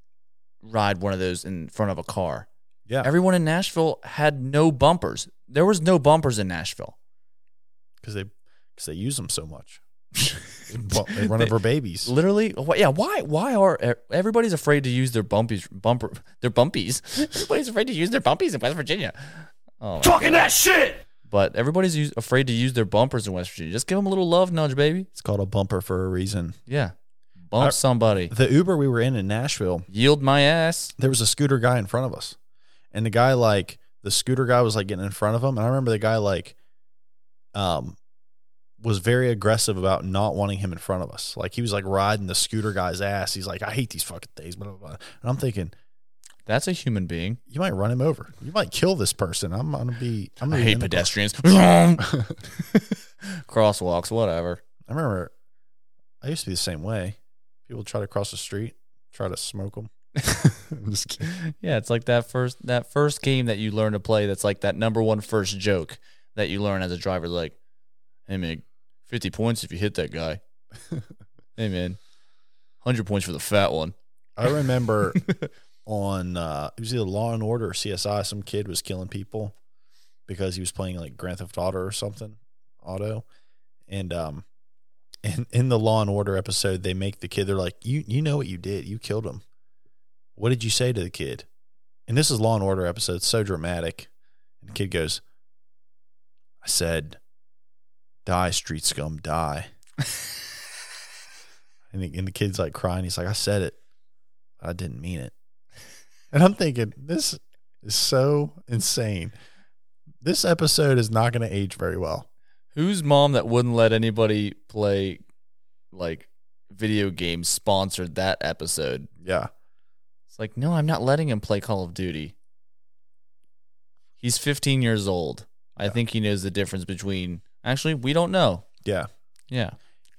Speaker 2: ride one of those in front of a car.
Speaker 1: Yeah,
Speaker 2: Everyone in Nashville had no bumpers. There was no bumpers in Nashville.
Speaker 1: because they because they use them so much. They bu- they run over babies.
Speaker 2: Literally, wh- yeah. Why? Why are e-, everybody's afraid to use their bumpies? Bumper, their bumpies. Everybody's afraid to use their bumpies in West Virginia. Oh,
Speaker 4: Talking that shit!
Speaker 2: but everybody's use, afraid to use their bumpers in West Virginia. Just give them a little love nudge, baby.
Speaker 1: It's called a bumper for a reason.
Speaker 2: Yeah, bump
Speaker 1: I-
Speaker 2: somebody.
Speaker 1: The Uber we were in in Nashville,
Speaker 2: Yield my ass.
Speaker 1: there was a scooter guy in front of us, and the guy like the scooter guy was like getting in front of him, and I remember the guy like, um, was very aggressive about not wanting him in front of us. Like he was like riding the scooter guy's ass. He's like, I hate these fucking things. Blah, blah, blah. And I'm thinking,
Speaker 2: That's a human being.
Speaker 1: you might run him over. You might kill this person. I'm gonna be. I'm
Speaker 2: I
Speaker 1: gonna be in the car.
Speaker 2: hate pedestrians. Crosswalks, whatever.
Speaker 1: I remember. I used to be the same way. People try to cross the street, try to smoke them.
Speaker 2: Yeah, it's like that first that first game that you learn to play. That's like that number one first joke that you learn as a driver. Like, hey man, fifty points if you hit that guy. hey man, hundred points for the fat one.
Speaker 1: I remember on uh, it was either Law and Order or CSI. Some kid was killing people because he was playing like Grand Theft Auto or something, Auto, and um, in in the Law and Order episode, they make the kid. They're like, you you know what you did? You killed him. What did you say to the kid? And this is Law and Order episode, so dramatic. And the kid goes, I said, "Die, street scum, die." and, the, and the kid's like crying. He's like, "I said it." I didn't mean it. And I'm thinking, this is so insane. This episode is not going to age very well.
Speaker 2: Who's mom that wouldn't let anybody play like video games sponsored that episode?
Speaker 1: Yeah.
Speaker 2: It's like, no, I'm not letting him play Call of Duty. He's 15 years old. I think he knows the difference between. Actually, we don't know.
Speaker 1: Yeah.
Speaker 2: Yeah.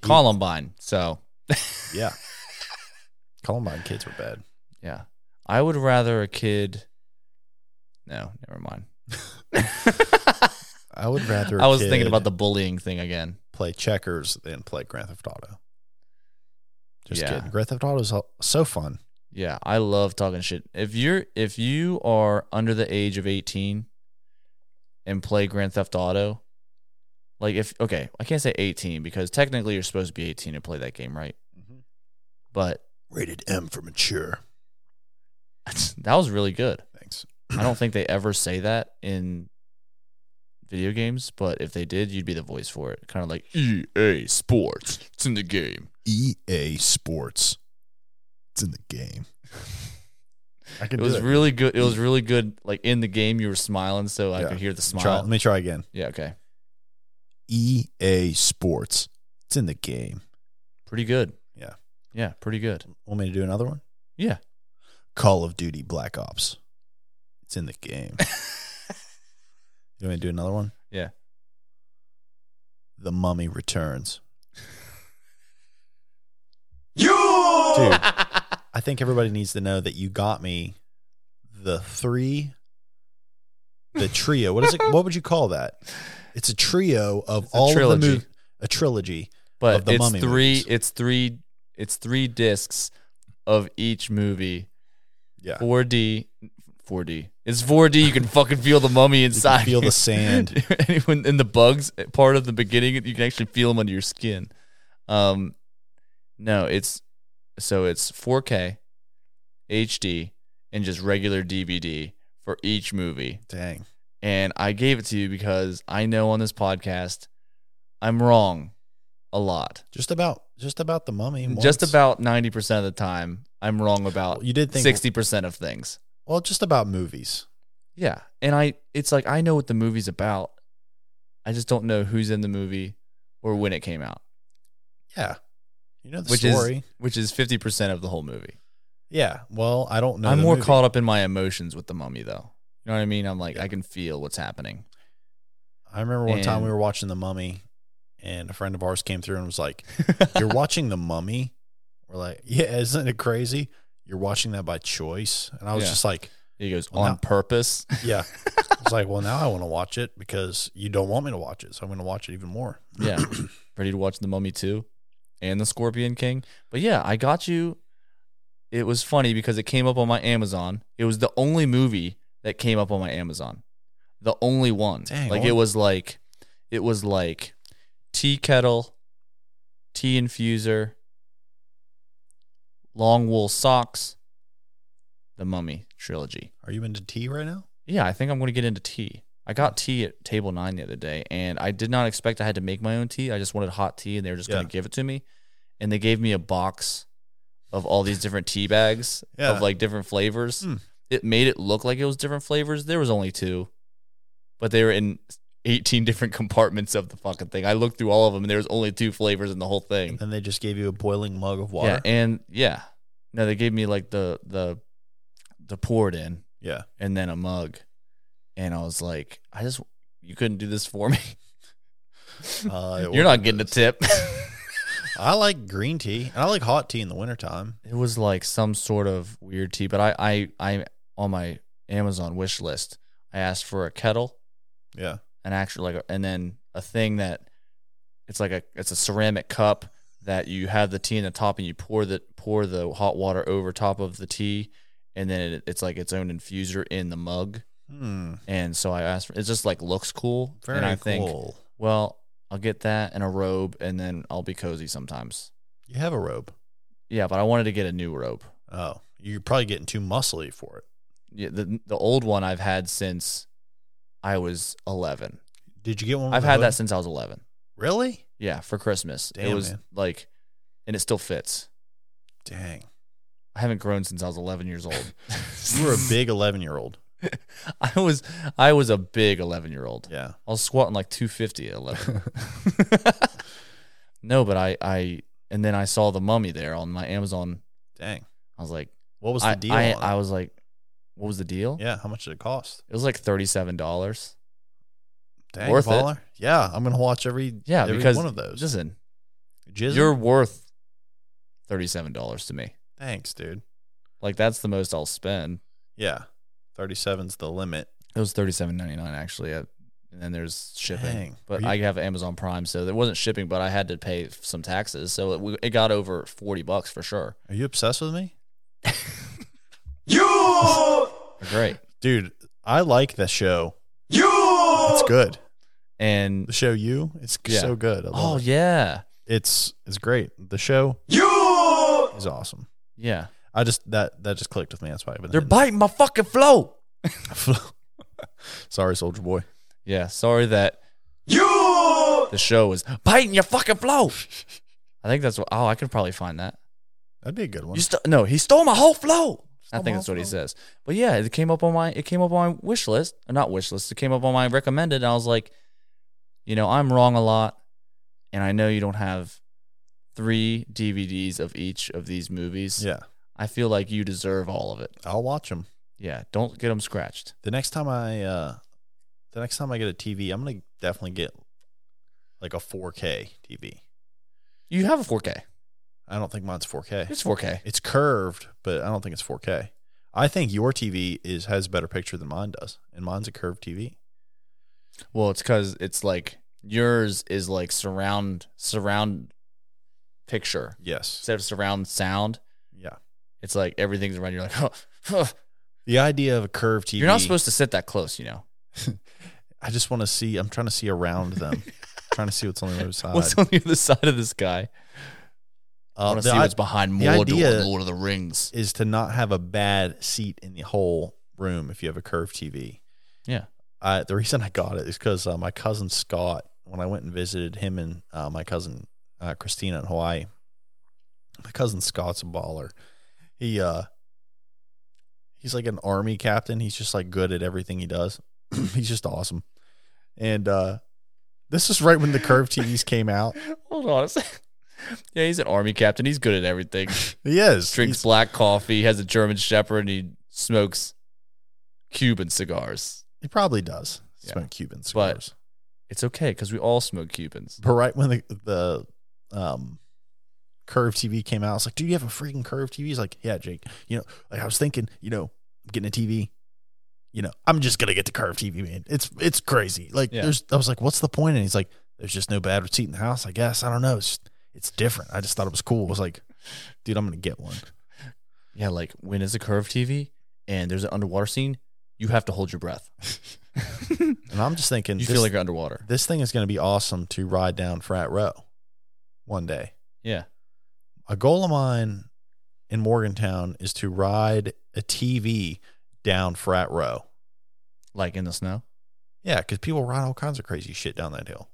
Speaker 2: Columbine. So,
Speaker 1: Yeah. Columbine kids were bad.
Speaker 2: yeah. I would rather a kid. No, never mind.
Speaker 1: I would rather. a
Speaker 2: I was
Speaker 1: kid
Speaker 2: thinking about the bullying thing again.
Speaker 1: play checkers than play Grand Theft Auto. Just
Speaker 2: Yeah.
Speaker 1: kidding. Grand Theft Auto is so fun.
Speaker 2: Yeah, I love talking shit. If you're if you are under the age of 18 and play Grand Theft Auto, like if okay, I can't say 18 because technically you're supposed to be 18 to play that game, right? But
Speaker 1: Rated M for mature.
Speaker 2: that was really good.
Speaker 1: Thanks.
Speaker 2: I don't think they ever say that in video games, but if they did, you'd be the voice for it. Kind of like EA Sports. It's in the game.
Speaker 1: EA E Sports. It's in the game. I can do
Speaker 2: It was
Speaker 1: it.
Speaker 2: really good. It was really good. Like in the game, you were smiling, so I
Speaker 1: Yeah.
Speaker 2: could hear the
Speaker 1: Try, let
Speaker 2: smile.
Speaker 1: me try again.
Speaker 2: Yeah, okay,
Speaker 1: EA E Sports. It's in the game.
Speaker 2: pretty good.
Speaker 1: Yeah.
Speaker 2: yeah, pretty good.
Speaker 1: Want me to do another one?
Speaker 2: Yeah,
Speaker 1: Call of Duty Black Ops. It's in the game. you want me to do another one?
Speaker 2: yeah.
Speaker 1: The Mummy Returns.
Speaker 4: You!
Speaker 1: Dude, I think everybody needs to know that you got me the three, the trio. What is it? What would you call that? It's a trio of
Speaker 2: a
Speaker 1: all of the
Speaker 2: trilogy.
Speaker 1: movies. A trilogy.
Speaker 2: But
Speaker 1: Of the
Speaker 2: it's
Speaker 1: Mummy
Speaker 2: three.
Speaker 1: movies.
Speaker 2: It's three. It's three discs of each movie.
Speaker 1: Yeah.
Speaker 2: 4D. 4D. It's 4D. You can fucking feel the mummy
Speaker 1: You
Speaker 2: inside.
Speaker 1: can feel the sand.
Speaker 2: Anyone in the bugs eh, part of the beginning, you can actually feel them under your skin. Um, no, it's so it's 4K, HD, and just regular DVD for each movie.
Speaker 1: Dang.
Speaker 2: And I gave it to you because I know on this podcast I'm wrong a lot.
Speaker 1: Just about just about the mummy.
Speaker 2: Just
Speaker 1: once.
Speaker 2: about 90% of the time, I'm wrong about
Speaker 1: you did think
Speaker 2: 60% of things.
Speaker 1: well, just about movies.
Speaker 2: Yeah. And I it's like I know what the movie's about. I just don't know who's in the movie or when it came out,
Speaker 1: Yeah. You know the
Speaker 2: which
Speaker 1: story.
Speaker 2: is which is 50% of the whole movie.
Speaker 1: yeah. Well, I don't know.
Speaker 2: I'm
Speaker 1: the
Speaker 2: more
Speaker 1: movie.
Speaker 2: caught up in my emotions with the mummy though. You know what I mean? I'm like
Speaker 1: Yeah.
Speaker 2: I can feel what's happening.
Speaker 1: I remember one time
Speaker 2: and-
Speaker 1: we were watching The Mummy and a friend of ours came through and was like, "You're watching The Mummy." We're like, "Yeah, isn't it crazy? You're watching that by choice." And I was
Speaker 2: Yeah.
Speaker 1: just like,
Speaker 2: He goes
Speaker 1: Well,
Speaker 2: on
Speaker 1: now-
Speaker 2: purpose.
Speaker 1: "Yeah." I was like, "Well, now I want to watch it because you don't want me to watch it, so I'm going to watch it even more."
Speaker 2: Yeah. Ready to watch The Mummy 2 and The Scorpion King. But yeah, I got you. It was funny because it came up on my Amazon. It was the only movie that came up on my Amazon. The only one.
Speaker 1: Dang,
Speaker 2: like
Speaker 1: I
Speaker 2: it
Speaker 1: want-
Speaker 2: was like it was like tea kettle, tea infuser, long wool socks, The Mummy trilogy.
Speaker 1: Are you into tea right now?
Speaker 2: Yeah, I think I'm going to get into tea. I got tea at table nine the other day, and I did not expect I had to make my own tea. I just wanted hot tea, and they were just going
Speaker 1: Yeah.
Speaker 2: to give it to me. And they gave me a box of all these different tea bags
Speaker 1: Yeah.
Speaker 2: of like different flavors.
Speaker 1: Hmm.
Speaker 2: It made it look like it was different flavors. There was only two, but they were in 18 different compartments of the fucking thing. I looked through all of them, and there was only two flavors in the whole thing.
Speaker 1: And they just gave you a boiling mug of water.
Speaker 2: Yeah, and yeah, no, they gave me like the the the poured in
Speaker 1: yeah.
Speaker 2: and then a mug. And I was like, I just, you couldn't do this for me.
Speaker 1: Uh,
Speaker 2: You're not getting a tip.
Speaker 1: I like green tea and I like hot tea in the wintertime.
Speaker 2: it was like some sort of weird tea, but I, I, I, on my Amazon wish list, I asked for a kettle,
Speaker 1: Yeah.
Speaker 2: an actual, like, a- and then a thing that it's like a, it's a ceramic cup that you have the tea in the top and you pour the, pour the hot water over top of the tea. And then it, it's like its own infuser in the mug.
Speaker 1: Hmm.
Speaker 2: And so I asked for, it just like looks cool.
Speaker 1: Very
Speaker 2: and I think,
Speaker 1: cool.
Speaker 2: Well, I'll get that and a robe, and then I'll be cozy sometimes.
Speaker 1: you have a robe.
Speaker 2: Yeah, but I wanted to get a new robe.
Speaker 1: Oh, you're probably getting too muscly for it.
Speaker 2: Yeah, the the old one I've had since I was eleven.
Speaker 1: Did you get one? with
Speaker 2: I've
Speaker 1: a
Speaker 2: had that
Speaker 1: hood?
Speaker 2: since I was eleven.
Speaker 1: Really?
Speaker 2: Yeah, for Christmas. it
Speaker 1: Damn,
Speaker 2: was
Speaker 1: man.
Speaker 2: like, and it still fits.
Speaker 1: Dang.
Speaker 2: I haven't grown since I was eleven years old.
Speaker 1: You were a big 11 year old.
Speaker 2: I was I was a big eleven year old.
Speaker 1: Yeah.
Speaker 2: I was squatting like 250 at 11. no, but I I and then I saw the mummy there on my Amazon.
Speaker 1: Dang.
Speaker 2: I was like,
Speaker 1: What was the
Speaker 2: I,
Speaker 1: deal?
Speaker 2: I,
Speaker 1: on it?
Speaker 2: I was like, what was the deal?
Speaker 1: yeah. How much did it cost?
Speaker 2: It was like thirty-seven dollars.
Speaker 1: Dang,
Speaker 2: Worth it.
Speaker 1: baller. Yeah. I'm going to watch every,
Speaker 2: Yeah,
Speaker 1: every
Speaker 2: because
Speaker 1: one of those.
Speaker 2: Listen,
Speaker 1: Jizz-
Speaker 2: you're worth thirty-seven dollars to me.
Speaker 1: Thanks, dude.
Speaker 2: Like that's the most I'll spend.
Speaker 1: Yeah. 37's the limit.
Speaker 2: It was thirty-seven ninety-nine actually, at, and then there's shipping.
Speaker 1: Dang.
Speaker 2: But
Speaker 1: Are you-
Speaker 2: I have Amazon Prime, so there wasn't shipping, but I had to pay some taxes, so it, w- it got over forty bucks for sure.
Speaker 1: Are you obsessed with me?
Speaker 4: You.
Speaker 2: Great,
Speaker 1: Dude, I like the show.
Speaker 4: You.
Speaker 1: It's good.
Speaker 2: and
Speaker 1: The show you, it's
Speaker 2: Yeah.
Speaker 1: so good. I love
Speaker 2: oh
Speaker 1: it.
Speaker 2: yeah,
Speaker 1: It's it's great. The show
Speaker 4: You.
Speaker 1: is awesome.
Speaker 2: yeah,
Speaker 1: I just that that just clicked with me. That's why I've been
Speaker 2: they're
Speaker 1: hitting
Speaker 2: biting my fucking flow.
Speaker 1: it. Sorry, Soldier Boy.
Speaker 2: Yeah, sorry that
Speaker 4: You.
Speaker 2: the show was biting your fucking flow. I think that's what. Oh, I could probably find that.
Speaker 1: That'd be a good one.
Speaker 2: You st- no, he stole my whole flow. I
Speaker 1: Stole
Speaker 2: think
Speaker 1: my
Speaker 2: that's
Speaker 1: whole
Speaker 2: what he
Speaker 1: flow.
Speaker 2: says. But yeah, it came up on my it came up on my wish list, or not wish list. It came up on my recommended, and I was like, you know, I'm wrong a lot, and I know you don't have three DVDs of each of these movies.
Speaker 1: yeah,
Speaker 2: I feel like you deserve all of it.
Speaker 1: I'll watch them.
Speaker 2: Yeah, don't get them scratched.
Speaker 1: The next time I uh the next time I get a TV, I'm gonna definitely get like a 4K TV.
Speaker 2: You have a 4K.
Speaker 1: I don't think mine's 4K.
Speaker 2: It's 4K.
Speaker 1: It's curved, but I don't think it's 4K. I think your TV is has a better picture than mine does, and mine's a curved TV.
Speaker 2: Well, it's because it's like yours is like surround surround picture
Speaker 1: Yes.
Speaker 2: instead of surround sound.
Speaker 1: Yeah.
Speaker 2: It's like everything's around. You're like, oh, oh.
Speaker 1: The idea of a curved TV.
Speaker 2: you're not supposed to sit that close, you know.
Speaker 1: I just want to see. I'm trying to see around them. trying to see what's on the other side.
Speaker 2: What's on the other side of this guy? I
Speaker 1: Uh,
Speaker 2: want
Speaker 1: the
Speaker 2: to see
Speaker 1: i-
Speaker 2: what's behind
Speaker 1: the
Speaker 2: Mordor
Speaker 1: idea-
Speaker 2: and Lord of the Rings.
Speaker 1: is to not have a bad seat in the whole room if you have a curved TV.
Speaker 2: Yeah.
Speaker 1: I, the reason I got it is because uh, my cousin Scott, when I went and visited him and uh, my cousin uh, Christina in Hawaii, my cousin Scott's a baller. He uh, he's like an army captain. He's just like good at everything he does. he's just awesome. And uh, this is right when the curved TVs came out.
Speaker 2: Hold on a second. Yeah, he's an army captain. He's good at everything.
Speaker 1: He is
Speaker 2: Drinks
Speaker 1: He's-
Speaker 2: black coffee. Has a German Shepherd. and He smokes Cuban cigars.
Speaker 1: He probably does
Speaker 2: Yeah.
Speaker 1: smoke Cuban
Speaker 2: But-
Speaker 1: cigars.
Speaker 2: It's okay because we all smoke Cubans.
Speaker 1: But right when the the um curved TV came out, I was like, dude, you have a freaking curved TV? He's like, yeah, Jake. You know, like I was thinking, you know, I'm getting a TV. You know, I'm just gonna get the curved TV, man. It's it's crazy. Like
Speaker 2: Yeah.
Speaker 1: there's I was like, what's the point? And he's like, there's just no bad seat in the house, I guess. I don't know. It's it's different. I just thought it was cool. I was like, dude, I'm gonna get one.
Speaker 2: Yeah, like when it's a curved TV and there's an underwater scene, you have to hold your breath. you
Speaker 1: And I'm just thinking this,
Speaker 2: feel like you're underwater.
Speaker 1: this thing is gonna be awesome to ride down frat row one day.
Speaker 2: Yeah.
Speaker 1: a goal of mine in Morgantown is to ride a TV down frat row.
Speaker 2: Like in the snow.
Speaker 1: Yeah, because people ride all kinds of crazy shit down that hill.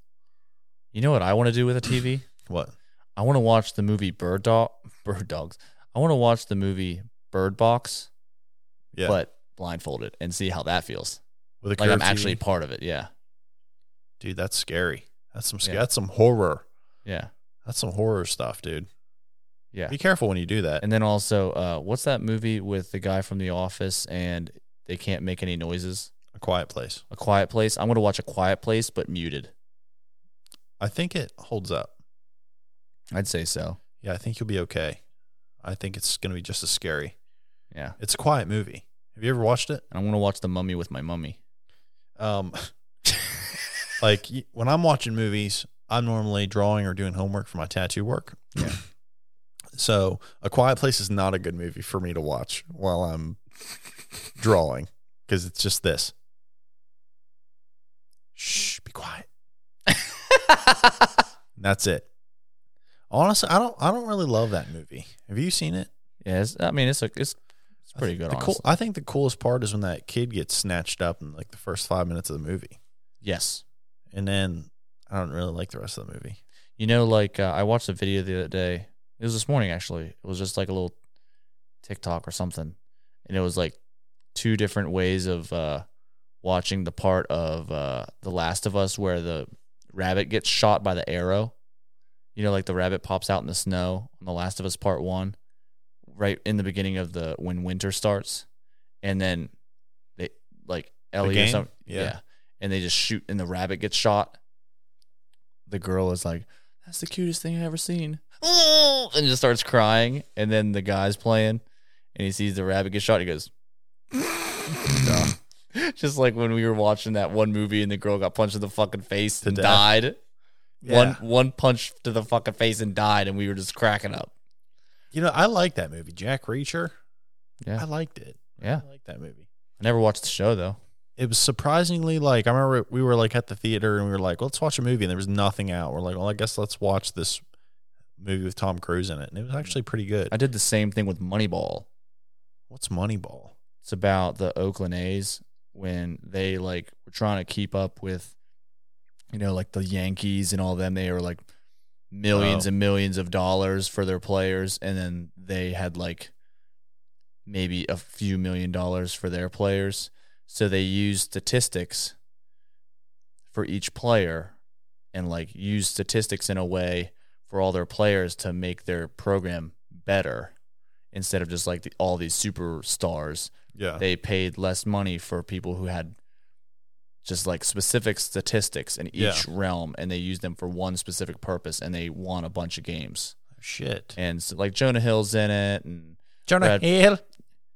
Speaker 2: You know what I want to do with a TV?
Speaker 1: What?
Speaker 2: I want to watch the movie Bird Dog Bird Dogs. I want to watch the movie Bird Box,
Speaker 1: Yeah,
Speaker 2: but blindfolded and see how that feels.
Speaker 1: with a
Speaker 2: Like I'm
Speaker 1: curved
Speaker 2: actually
Speaker 1: TV?
Speaker 2: part of it. Yeah.
Speaker 1: dude. That's scary. That's some sc-
Speaker 2: Yeah.
Speaker 1: that's some horror.
Speaker 2: Yeah.
Speaker 1: That's some horror stuff, dude.
Speaker 2: Yeah.
Speaker 1: Be careful when you do that.
Speaker 2: And then also, uh, what's that movie with the guy from The Office and they can't make any noises?
Speaker 1: a quiet place.
Speaker 2: A Quiet Place. I'm gonna watch A Quiet Place, but muted.
Speaker 1: I think it holds up.
Speaker 2: I'd say so.
Speaker 1: Yeah, I think you'll be okay. I think it's gonna be just as scary.
Speaker 2: Yeah.
Speaker 1: It's a quiet movie. Have you ever watched it?
Speaker 2: And I'm gonna watch The Mummy with my mummy.
Speaker 1: Um, like y- when I'm watching movies, I'm normally drawing or doing homework for my tattoo work.
Speaker 2: Yeah.
Speaker 1: so A Quiet Place is not a good movie for me to watch while I'm drawing because it's just this. Shh, be quiet. And that's it. Honestly, I don't. I don't really love that movie. Have you seen it?
Speaker 2: yeah, it's, I mean, it's a, it's it's pretty good.
Speaker 1: The
Speaker 2: honestly.
Speaker 1: cool. I think the coolest part is when that kid gets snatched up in like the first five minutes of the movie,
Speaker 2: Yes.
Speaker 1: and then I don't really like the rest of the movie.
Speaker 2: You know, like uh, I watched a video the other day. It was this morning actually. It was just like a little TikTok or something, and it was like two different ways of uh, watching the part of uh, The Last of Us where the rabbit gets shot by the arrow. You know, like the rabbit pops out in the snow on The Last of Us Part One, right in the beginning of the when winter starts, and then they like Ellie or
Speaker 1: game?
Speaker 2: something,
Speaker 1: Yeah.
Speaker 2: yeah, and they just shoot, and the rabbit gets shot. The girl is like, "That's the cutest thing I've ever seen," and just starts crying, and then the guy's playing, and he sees the rabbit get shot. He goes, just like when we were watching that one movie and the girl got punched in the fucking face
Speaker 1: To
Speaker 2: and
Speaker 1: death.
Speaker 2: died. One
Speaker 1: Yeah.
Speaker 2: one punch to the fucking face and died, and we were just cracking up.
Speaker 1: You know, I like that movie, Jack Reacher.
Speaker 2: Yeah.
Speaker 1: I liked it.
Speaker 2: Yeah,
Speaker 1: I like that movie.
Speaker 2: I never watched the show though.
Speaker 1: It was surprisingly like I remember we were like at the theater and we were like, let's watch a movie, and there was nothing out. We're like, well, I guess let's watch this movie with Tom Cruise in it, and it was actually pretty good.
Speaker 2: Mm-hmm. I did the same thing with Moneyball.
Speaker 1: What's Moneyball?
Speaker 2: It's about the Oakland A's when they like were trying to keep up with, you know, like the Yankees and all them. They were like millions
Speaker 1: Oh.
Speaker 2: and millions of dollars for their players, and then they had like maybe a few million dollars for their players. So they used statistics for each player and like used statistics in a way for all their players to make their program better instead of just like the, all these superstars
Speaker 1: Yeah,
Speaker 2: they paid less money for people who had just like specific statistics in each realm and they used them for one specific purpose and they won a bunch of games
Speaker 1: shit.
Speaker 2: and so, like jonah hill's in it and
Speaker 1: Jonah
Speaker 2: Brad-
Speaker 1: Hill.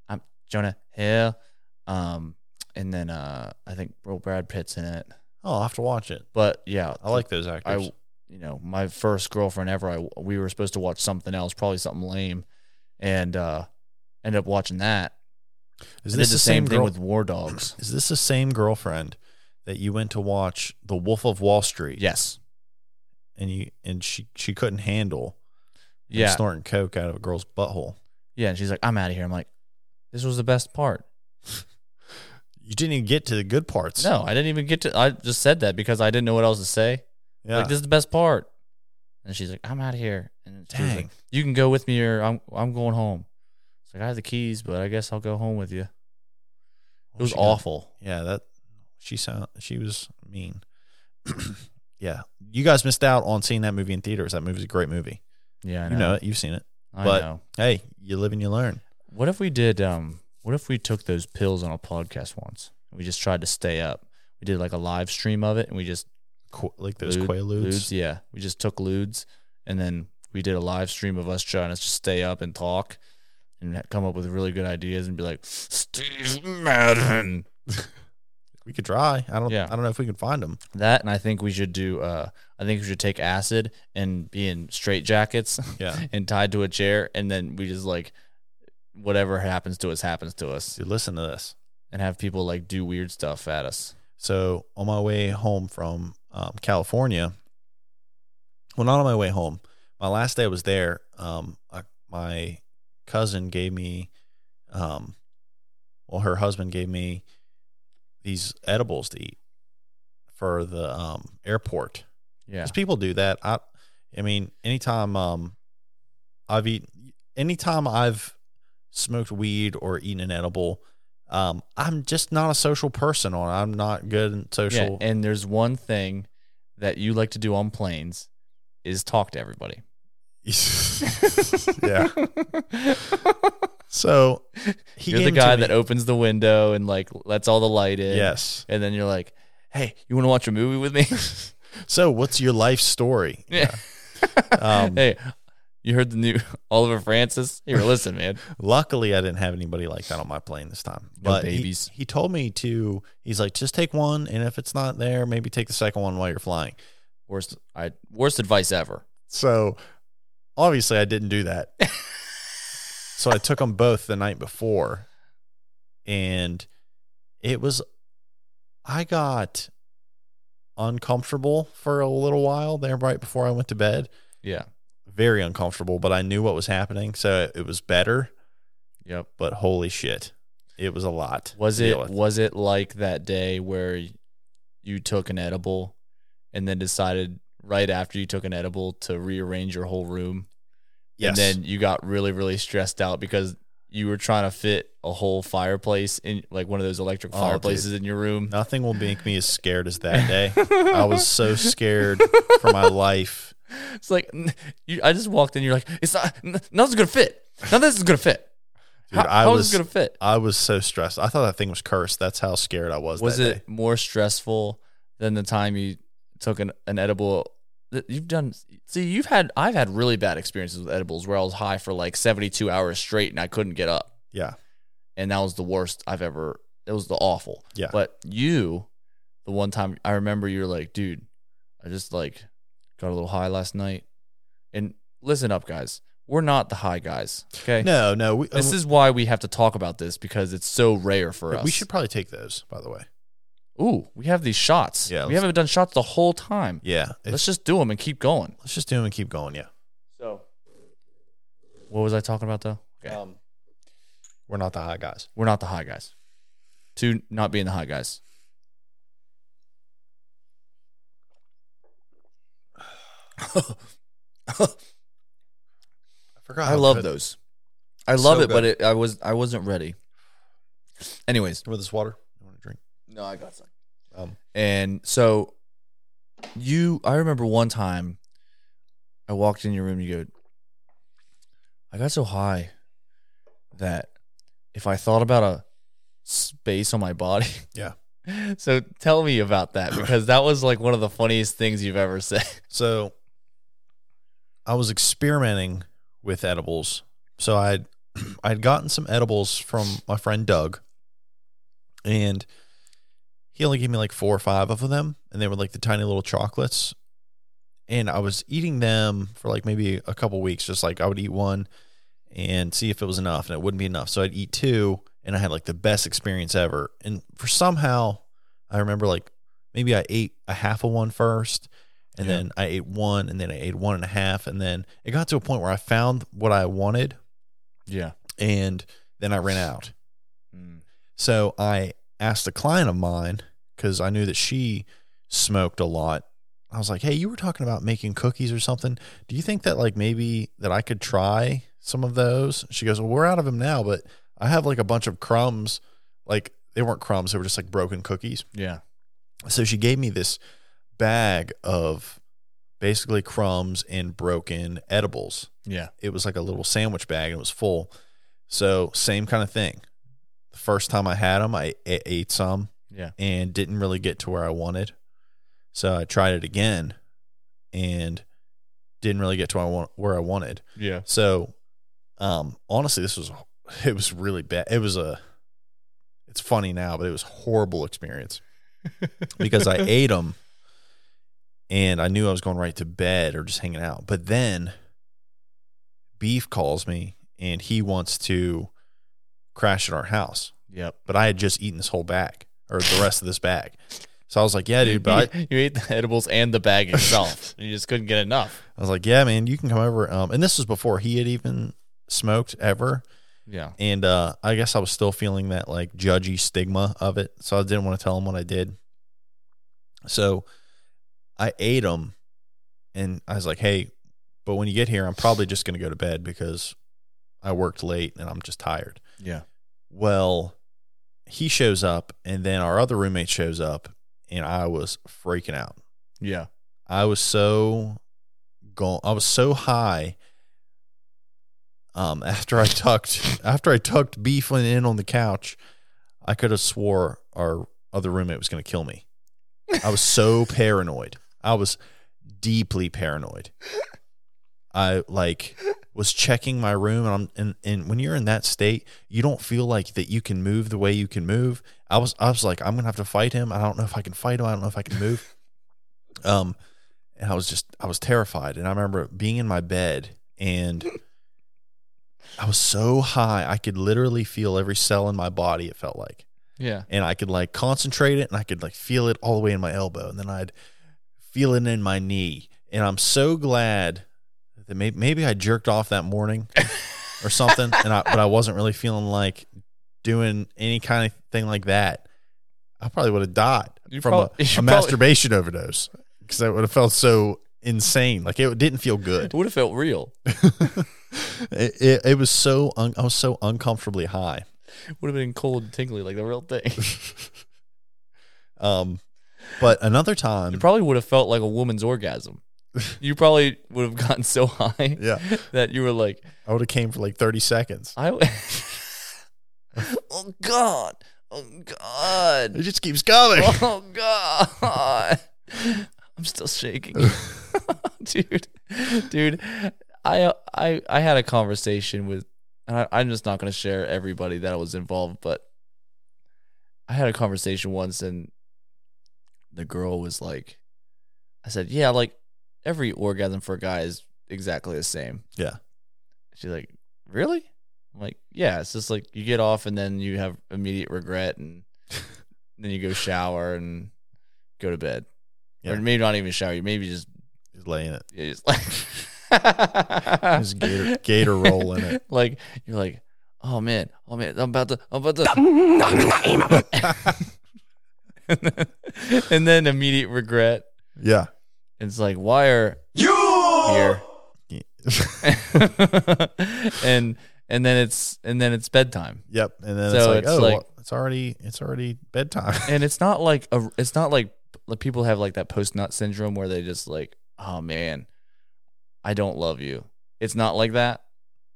Speaker 2: um, jonah hill um and then uh i think well, brad pitt's in it
Speaker 1: Oh, I'll have to watch it.
Speaker 2: but yeah
Speaker 1: I like those actors.
Speaker 2: I, you know, my first girlfriend ever, I we were supposed to watch something else, probably something lame, and uh ended up watching that.
Speaker 1: is
Speaker 2: I
Speaker 1: this the,
Speaker 2: did
Speaker 1: same
Speaker 2: the same thing
Speaker 1: girl?
Speaker 2: with War Dogs.
Speaker 1: is this the same girlfriend that you went to watch The Wolf of Wall Street?
Speaker 2: Yes.
Speaker 1: and you and she she couldn't handle
Speaker 2: Yeah.
Speaker 1: snorting coke out of a girl's butthole.
Speaker 2: Yeah. And she's like, I'm out of here. I'm like, this was the best part.
Speaker 1: You didn't even get to the good parts.
Speaker 2: No, I didn't even get to I just said that because I didn't know what else to say.
Speaker 1: Yeah.
Speaker 2: Like this is the best part. And she's like, I'm out of here. And she was like,
Speaker 1: Dang.
Speaker 2: you can go with me or I'm I'm going home. It's like I have the keys, but I guess I'll go home with you. It was
Speaker 1: She got-
Speaker 2: awful.
Speaker 1: yeah, that she sound she was mean. yeah. You guys missed out on seeing that movie in theaters. That movie's a great movie.
Speaker 2: Yeah, I know.
Speaker 1: You know it. You've seen it.
Speaker 2: I
Speaker 1: but-
Speaker 2: know.
Speaker 1: Hey, you live and you learn.
Speaker 2: What if we did? Um, what if we took those pills on a podcast once? We just tried to stay up. We did like a live stream of it, and we just
Speaker 1: qu- like those
Speaker 2: Lude-
Speaker 1: Quaaludes.
Speaker 2: yeah. We just took ludes and then we did a live stream of us trying to just stay up and talk and ha- come up with really good ideas and be like, Steve Madden.
Speaker 1: We could try. I don't.
Speaker 2: Yeah.
Speaker 1: I don't know if we can find them.
Speaker 2: That and I think we should do. Uh, I think we should take acid and be in straight jackets
Speaker 1: Yeah.
Speaker 2: and tied to a chair, and then we just like whatever happens to us happens to us,
Speaker 1: Dude, listen to this.
Speaker 2: and have people like do weird stuff at us.
Speaker 1: So on my way home from um, California, well, not on my way home. My last day I was there, um, I, my cousin gave me, um, well, her husband gave me these edibles to eat for the um, airport.
Speaker 2: Yeah,
Speaker 1: Because people do that. I, I mean, anytime um, I've eaten, anytime I've smoked weed or eaten an edible, um, I'm just not a social person. On I'm not good in
Speaker 2: yeah.
Speaker 1: social.
Speaker 2: And there's one thing that you like to do on planes is talk to everybody.
Speaker 1: Yeah. So he
Speaker 2: You're the
Speaker 1: gave it to
Speaker 2: guy
Speaker 1: me.
Speaker 2: that opens the window and like lets all the light in.
Speaker 1: Yes.
Speaker 2: and then you're like, "Hey, you want to watch a movie with me?"
Speaker 1: So what's your life story?
Speaker 2: Yeah.
Speaker 1: Um,
Speaker 2: hey, you heard the new Oliver Francis? Here, listen, man.
Speaker 1: Luckily, I didn't have anybody like that on my plane this time.
Speaker 2: No
Speaker 1: he-
Speaker 2: babies.
Speaker 1: He, told me to. He's like, just take one, and if it's not there, maybe take the second one while you're flying.
Speaker 2: Worst, I worst advice ever.
Speaker 1: So obviously, I didn't do that. so I took them both the night before, and it was. I got uncomfortable for a little while there right before I went to bed.
Speaker 2: Yeah.
Speaker 1: Very uncomfortable, but I knew what was happening, so it was better.
Speaker 2: Yep.
Speaker 1: But holy shit, it was a lot.
Speaker 2: Was
Speaker 1: to
Speaker 2: it
Speaker 1: deal with.
Speaker 2: was it like that day where you took an edible and then decided right after you took an edible to rearrange your whole room?
Speaker 1: Yes.
Speaker 2: And then you got really, really stressed out because you were trying to fit a whole fireplace in like one of those electric
Speaker 1: Oh, dude.
Speaker 2: fireplaces in your room.
Speaker 1: Nothing will make me as scared as that day. I was so scared for my life.
Speaker 2: It's like n- you, I just walked in. You're like, it's not. n- Nothing's gonna fit. None of this is gonna fit.
Speaker 1: Dude,
Speaker 2: how
Speaker 1: I
Speaker 2: how
Speaker 1: was
Speaker 2: is this gonna fit?
Speaker 1: I was so stressed. I thought that thing was cursed. That's how scared I was.
Speaker 2: Was
Speaker 1: that
Speaker 2: it more stressful than the time you took an, an edible? that You've done. See, you've had. I've had really bad experiences with edibles where I was high for like 72 hours straight and I couldn't get up,
Speaker 1: Day. Yeah.
Speaker 2: and that was the worst I've ever. It was the awful.
Speaker 1: Yeah.
Speaker 2: But you, the one time I remember, you were like, dude, I just like got a little high last night, and listen up, guys. We're not the high guys. Okay.
Speaker 1: No, no. We, um,
Speaker 2: This is why we have to talk about this because it's so rare for us.
Speaker 1: we should probably take those, by the way.
Speaker 2: Ooh, we have these shots.
Speaker 1: Yeah,
Speaker 2: we
Speaker 1: let's-
Speaker 2: haven't done shots the whole time.
Speaker 1: Yeah. If-
Speaker 2: Let's just do them and keep going.
Speaker 1: let's just do them and keep going. Yeah.
Speaker 2: So, what was I talking about though? Okay.
Speaker 1: Um, we're not the high guys.
Speaker 2: We're not the high guys. Two, not being the high guys.
Speaker 1: I forgot.
Speaker 2: I
Speaker 1: how
Speaker 2: love
Speaker 1: Oh, good-
Speaker 2: those. I love
Speaker 1: So
Speaker 2: it, but
Speaker 1: good.
Speaker 2: it, I was I wasn't ready. Anyways,
Speaker 1: With this water, you want to drink?
Speaker 2: no, I got some.
Speaker 1: Um,
Speaker 2: And so you I remember one time I walked in your room you go I got so high that if I thought about a space on my body.
Speaker 1: Yeah.
Speaker 2: So tell me about that because that was like one of the funniest things you've ever said.
Speaker 1: So I was experimenting with edibles. So I would I'd gotten some edibles from my friend Doug and he only gave me like four or five of them and they were like the tiny little chocolates and I was eating them for like maybe a couple weeks just like I would eat one and see if it was enough and it wouldn't be enough. So I'd eat two and I had like the best experience ever. And for somehow I remember like maybe I ate a half of one first and
Speaker 2: Yeah.
Speaker 1: then I ate one and then I ate one and a half and then it got to a point where I found what I wanted
Speaker 2: Yeah.
Speaker 1: and then I ran out.
Speaker 2: Mm.
Speaker 1: So I asked a client of mine because I knew that she smoked a lot. I was like, "Hey, you were talking about making cookies or something. Do you think that like maybe that I could try some of those?" She goes, "Well, we're out of them now, but I have like a bunch of crumbs. Like they weren't crumbs; they were just like broken cookies."
Speaker 2: Yeah.
Speaker 1: So she gave me this bag of basically crumbs and broken edibles
Speaker 2: Yeah.
Speaker 1: it was like a little sandwich bag and it was full. So same kind of thing. The first time I had them, I a- ate some
Speaker 2: Yeah.
Speaker 1: and didn't really get to where I wanted. So I tried it again and didn't really get to where I, want, where I wanted.
Speaker 2: Yeah.
Speaker 1: So, um, honestly, this was it was really bad. It was a it's funny now, but it was a horrible experience because I ate them and I knew I was going right to bed or just hanging out. But then Beef calls me and he wants to crash at our house,
Speaker 2: Yep.
Speaker 1: but I had just eaten this whole bag or the rest of this bag. So I was like, "Yeah, dude," but I,
Speaker 2: you, you ate the edibles and the bag itself. and you just couldn't get enough.
Speaker 1: I was like, "Yeah, man, you can come over." Um, and this was before he had even smoked ever.
Speaker 2: Yeah.
Speaker 1: and uh, I guess I was still feeling that like judgy stigma of it, so I didn't want to tell him what I did. So I ate them, and I was like, "Hey, but when you get here, I'm probably just going to go to bed because I worked late and I'm just tired."
Speaker 2: Yeah.
Speaker 1: Well, he shows up, and then our other roommate shows up, and I was freaking out.
Speaker 2: Yeah.
Speaker 1: I was so gone. I was so high. Um, after I tucked, after I tucked beef on- in on the couch, I could have swore our other roommate was going to kill me. I was so paranoid. I was deeply paranoid. I like was checking my room, and I'm and, and when you're in that state, you don't feel like that you can move the way you can move. I was I was like, I'm gonna have to fight him. I don't know if I can fight him. I don't know if I can move. Um, and I was just I was terrified, and I remember being in my bed and. I was so high, I could literally feel every cell in my body. It felt like,
Speaker 2: Yeah.
Speaker 1: and I could like concentrate it and I could like feel it all the way in my elbow and then I'd feel it in my knee. And I'm so glad that maybe, maybe I jerked off that morning or something and I but I wasn't really feeling like doing any kind of thing like that. I probably would have died
Speaker 2: You
Speaker 1: from
Speaker 2: prob-
Speaker 1: a,
Speaker 2: you
Speaker 1: a
Speaker 2: probably-
Speaker 1: masturbation overdose because I would have felt so insane. Like it didn't feel good.
Speaker 2: It would have felt real.
Speaker 1: It, it, it was so un, I was so uncomfortably high.
Speaker 2: would have been cold and tingly, like the real thing.
Speaker 1: Um, but another
Speaker 2: You
Speaker 1: time,
Speaker 2: probably would have felt like a woman's orgasm. You probably would have gotten so high
Speaker 1: yeah,
Speaker 2: that you were like,
Speaker 1: I would have came for like thirty seconds.
Speaker 2: I. oh God! Oh God!
Speaker 1: It just keeps coming.
Speaker 2: Oh God! I'm still shaking, dude. Dude, I I I had a conversation with, and I, I'm just not gonna share everybody that was involved, but I had a conversation once, and the girl was like, I said, yeah, like every orgasm for a guy is exactly the same.
Speaker 1: Yeah.
Speaker 2: She's like, Really? I'm like, Yeah, it's just like you get off and then you have immediate regret and then you go shower and go to bed.
Speaker 1: Yeah.
Speaker 2: Or maybe not even shower, you maybe just,
Speaker 1: He's laying it.
Speaker 2: you just like
Speaker 1: His gator, gator roll in it.
Speaker 2: Like you're like, Oh man, oh man, I'm about to I'm about to and then immediate regret.
Speaker 1: Yeah.
Speaker 2: It's like why are
Speaker 4: You.
Speaker 2: here and and then it's and then it's bedtime.
Speaker 1: yep. And then
Speaker 2: So
Speaker 1: it's like,
Speaker 2: it's
Speaker 1: oh,
Speaker 2: like-
Speaker 1: well, it's already it's already bedtime.
Speaker 2: and it's not like a it's not like like people have like that post nut syndrome where they just like oh man i don't love you it's not like that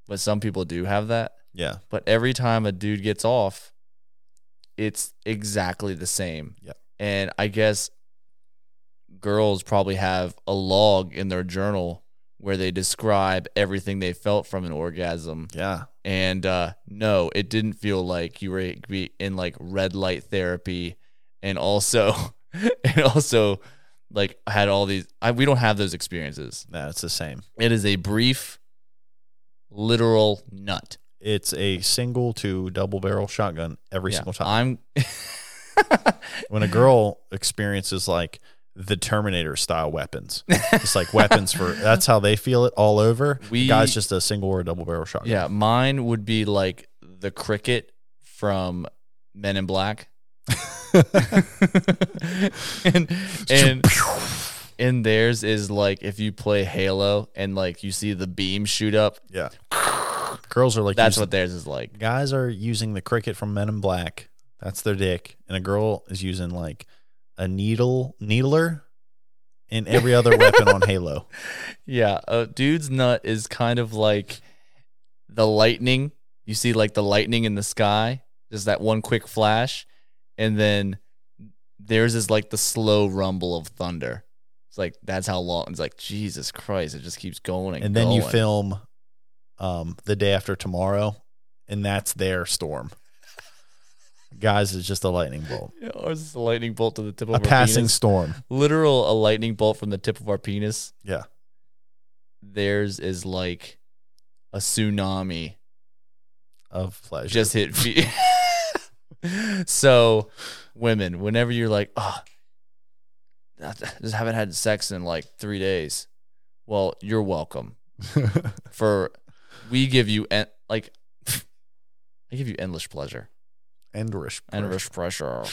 Speaker 2: but some people do have that
Speaker 1: yeah.
Speaker 2: but every time a dude gets off it's exactly the same
Speaker 1: Yep.
Speaker 2: and i guess girls probably have a log in their journal where they describe everything they felt from an orgasm
Speaker 1: Yeah.
Speaker 2: and uh no it didn't feel like you were be in like red light therapy and also and also like had all these I, we don't have those experiences
Speaker 1: No, it's the same.
Speaker 2: it is a brief literal nut
Speaker 1: It's a single to double barrel shotgun every
Speaker 2: Yeah,
Speaker 1: single time.
Speaker 2: i'm
Speaker 1: when a girl experiences like the Terminator style weapons, it's like weapons for that's how they feel it all over.
Speaker 2: We-
Speaker 1: the guy's just a single or a double barrel shotgun.
Speaker 2: yeah mine would be like the cricket from men in black and and and theirs is like if you play halo and like you see the beam shoot up
Speaker 1: Yeah. Girls are like
Speaker 2: That's
Speaker 1: using-
Speaker 2: what theirs is like.
Speaker 1: guys are using the cricket from Men in Black. That's their dick, and a girl is using like a needle, needler, and every other weapon on Halo.
Speaker 2: Yeah, a dude's nut is kind of like the lightning. You see, like the lightning in the sky, just that one quick flash, and then theirs is like the slow rumble of thunder. It's like that's how long. It's like Jesus Christ, it just keeps going and,
Speaker 1: and then you
Speaker 2: going.
Speaker 1: film um, the day after tomorrow, and that's their storm. Guys, it's just a lightning bolt,
Speaker 2: Yeah, ours is a lightning bolt to the tip of
Speaker 1: a
Speaker 2: our
Speaker 1: passing
Speaker 2: penis.
Speaker 1: storm.
Speaker 2: literal a lightning bolt from the tip of our penis.
Speaker 1: Yeah.
Speaker 2: Theirs is like a tsunami
Speaker 1: of pleasure.
Speaker 2: just hit feet. so, women, whenever you're like, oh, I just haven't had sex in like three days, well, you're welcome. For we give you en- like, I give you endless pleasure,
Speaker 1: Enderish.
Speaker 2: endless pressure.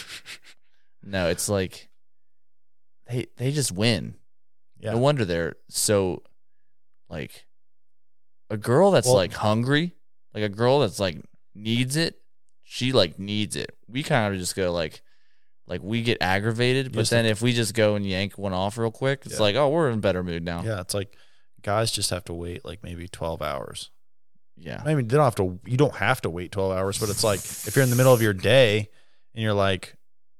Speaker 2: no, it's like they they just win.
Speaker 1: Yeah.
Speaker 2: No wonder they're so like a girl that's
Speaker 1: Well-
Speaker 2: like hungry, like a girl that's like needs it, she like needs it. We kind of just go like like we get aggravated, but
Speaker 1: Just
Speaker 2: then if we just go and yank one off real quick, it's
Speaker 1: Yeah.
Speaker 2: like, oh, we're in a better mood now.
Speaker 1: yeah, it's like guys just have to wait like maybe 12 hours.
Speaker 2: Yeah.
Speaker 1: I mean, they don't have to you don't have to wait 12 hours, but it's like if you're in the middle of your day and you're like,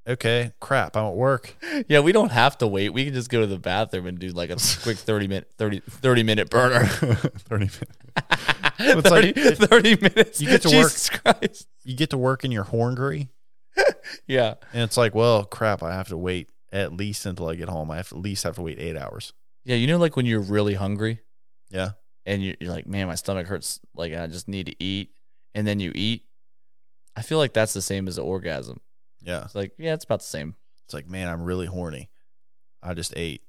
Speaker 1: okay, crap, I'm at work.
Speaker 2: Yeah, we don't have to wait. We can just go to the bathroom and do like a quick 30 minute 30, 30 minute burner.
Speaker 1: 30 minutes.
Speaker 2: 30,
Speaker 1: it's like-
Speaker 2: 30 minutes.
Speaker 1: You get to work-
Speaker 2: Jesus work. Christ.
Speaker 1: You get to work and you're hungry,
Speaker 2: Yeah.
Speaker 1: and it's like, well, crap, I have to wait at least until I get home. I have to, at least have to wait 8 hours.
Speaker 2: Yeah, you know like when you're really hungry?
Speaker 1: Yeah.
Speaker 2: and you're, you're like, man, my stomach hurts. Like I just need to eat, and then you eat. I feel like that's the same as an orgasm.
Speaker 1: Yeah.
Speaker 2: It's like, yeah, it's about the same.
Speaker 1: It's like, man, I'm really horny. I just ate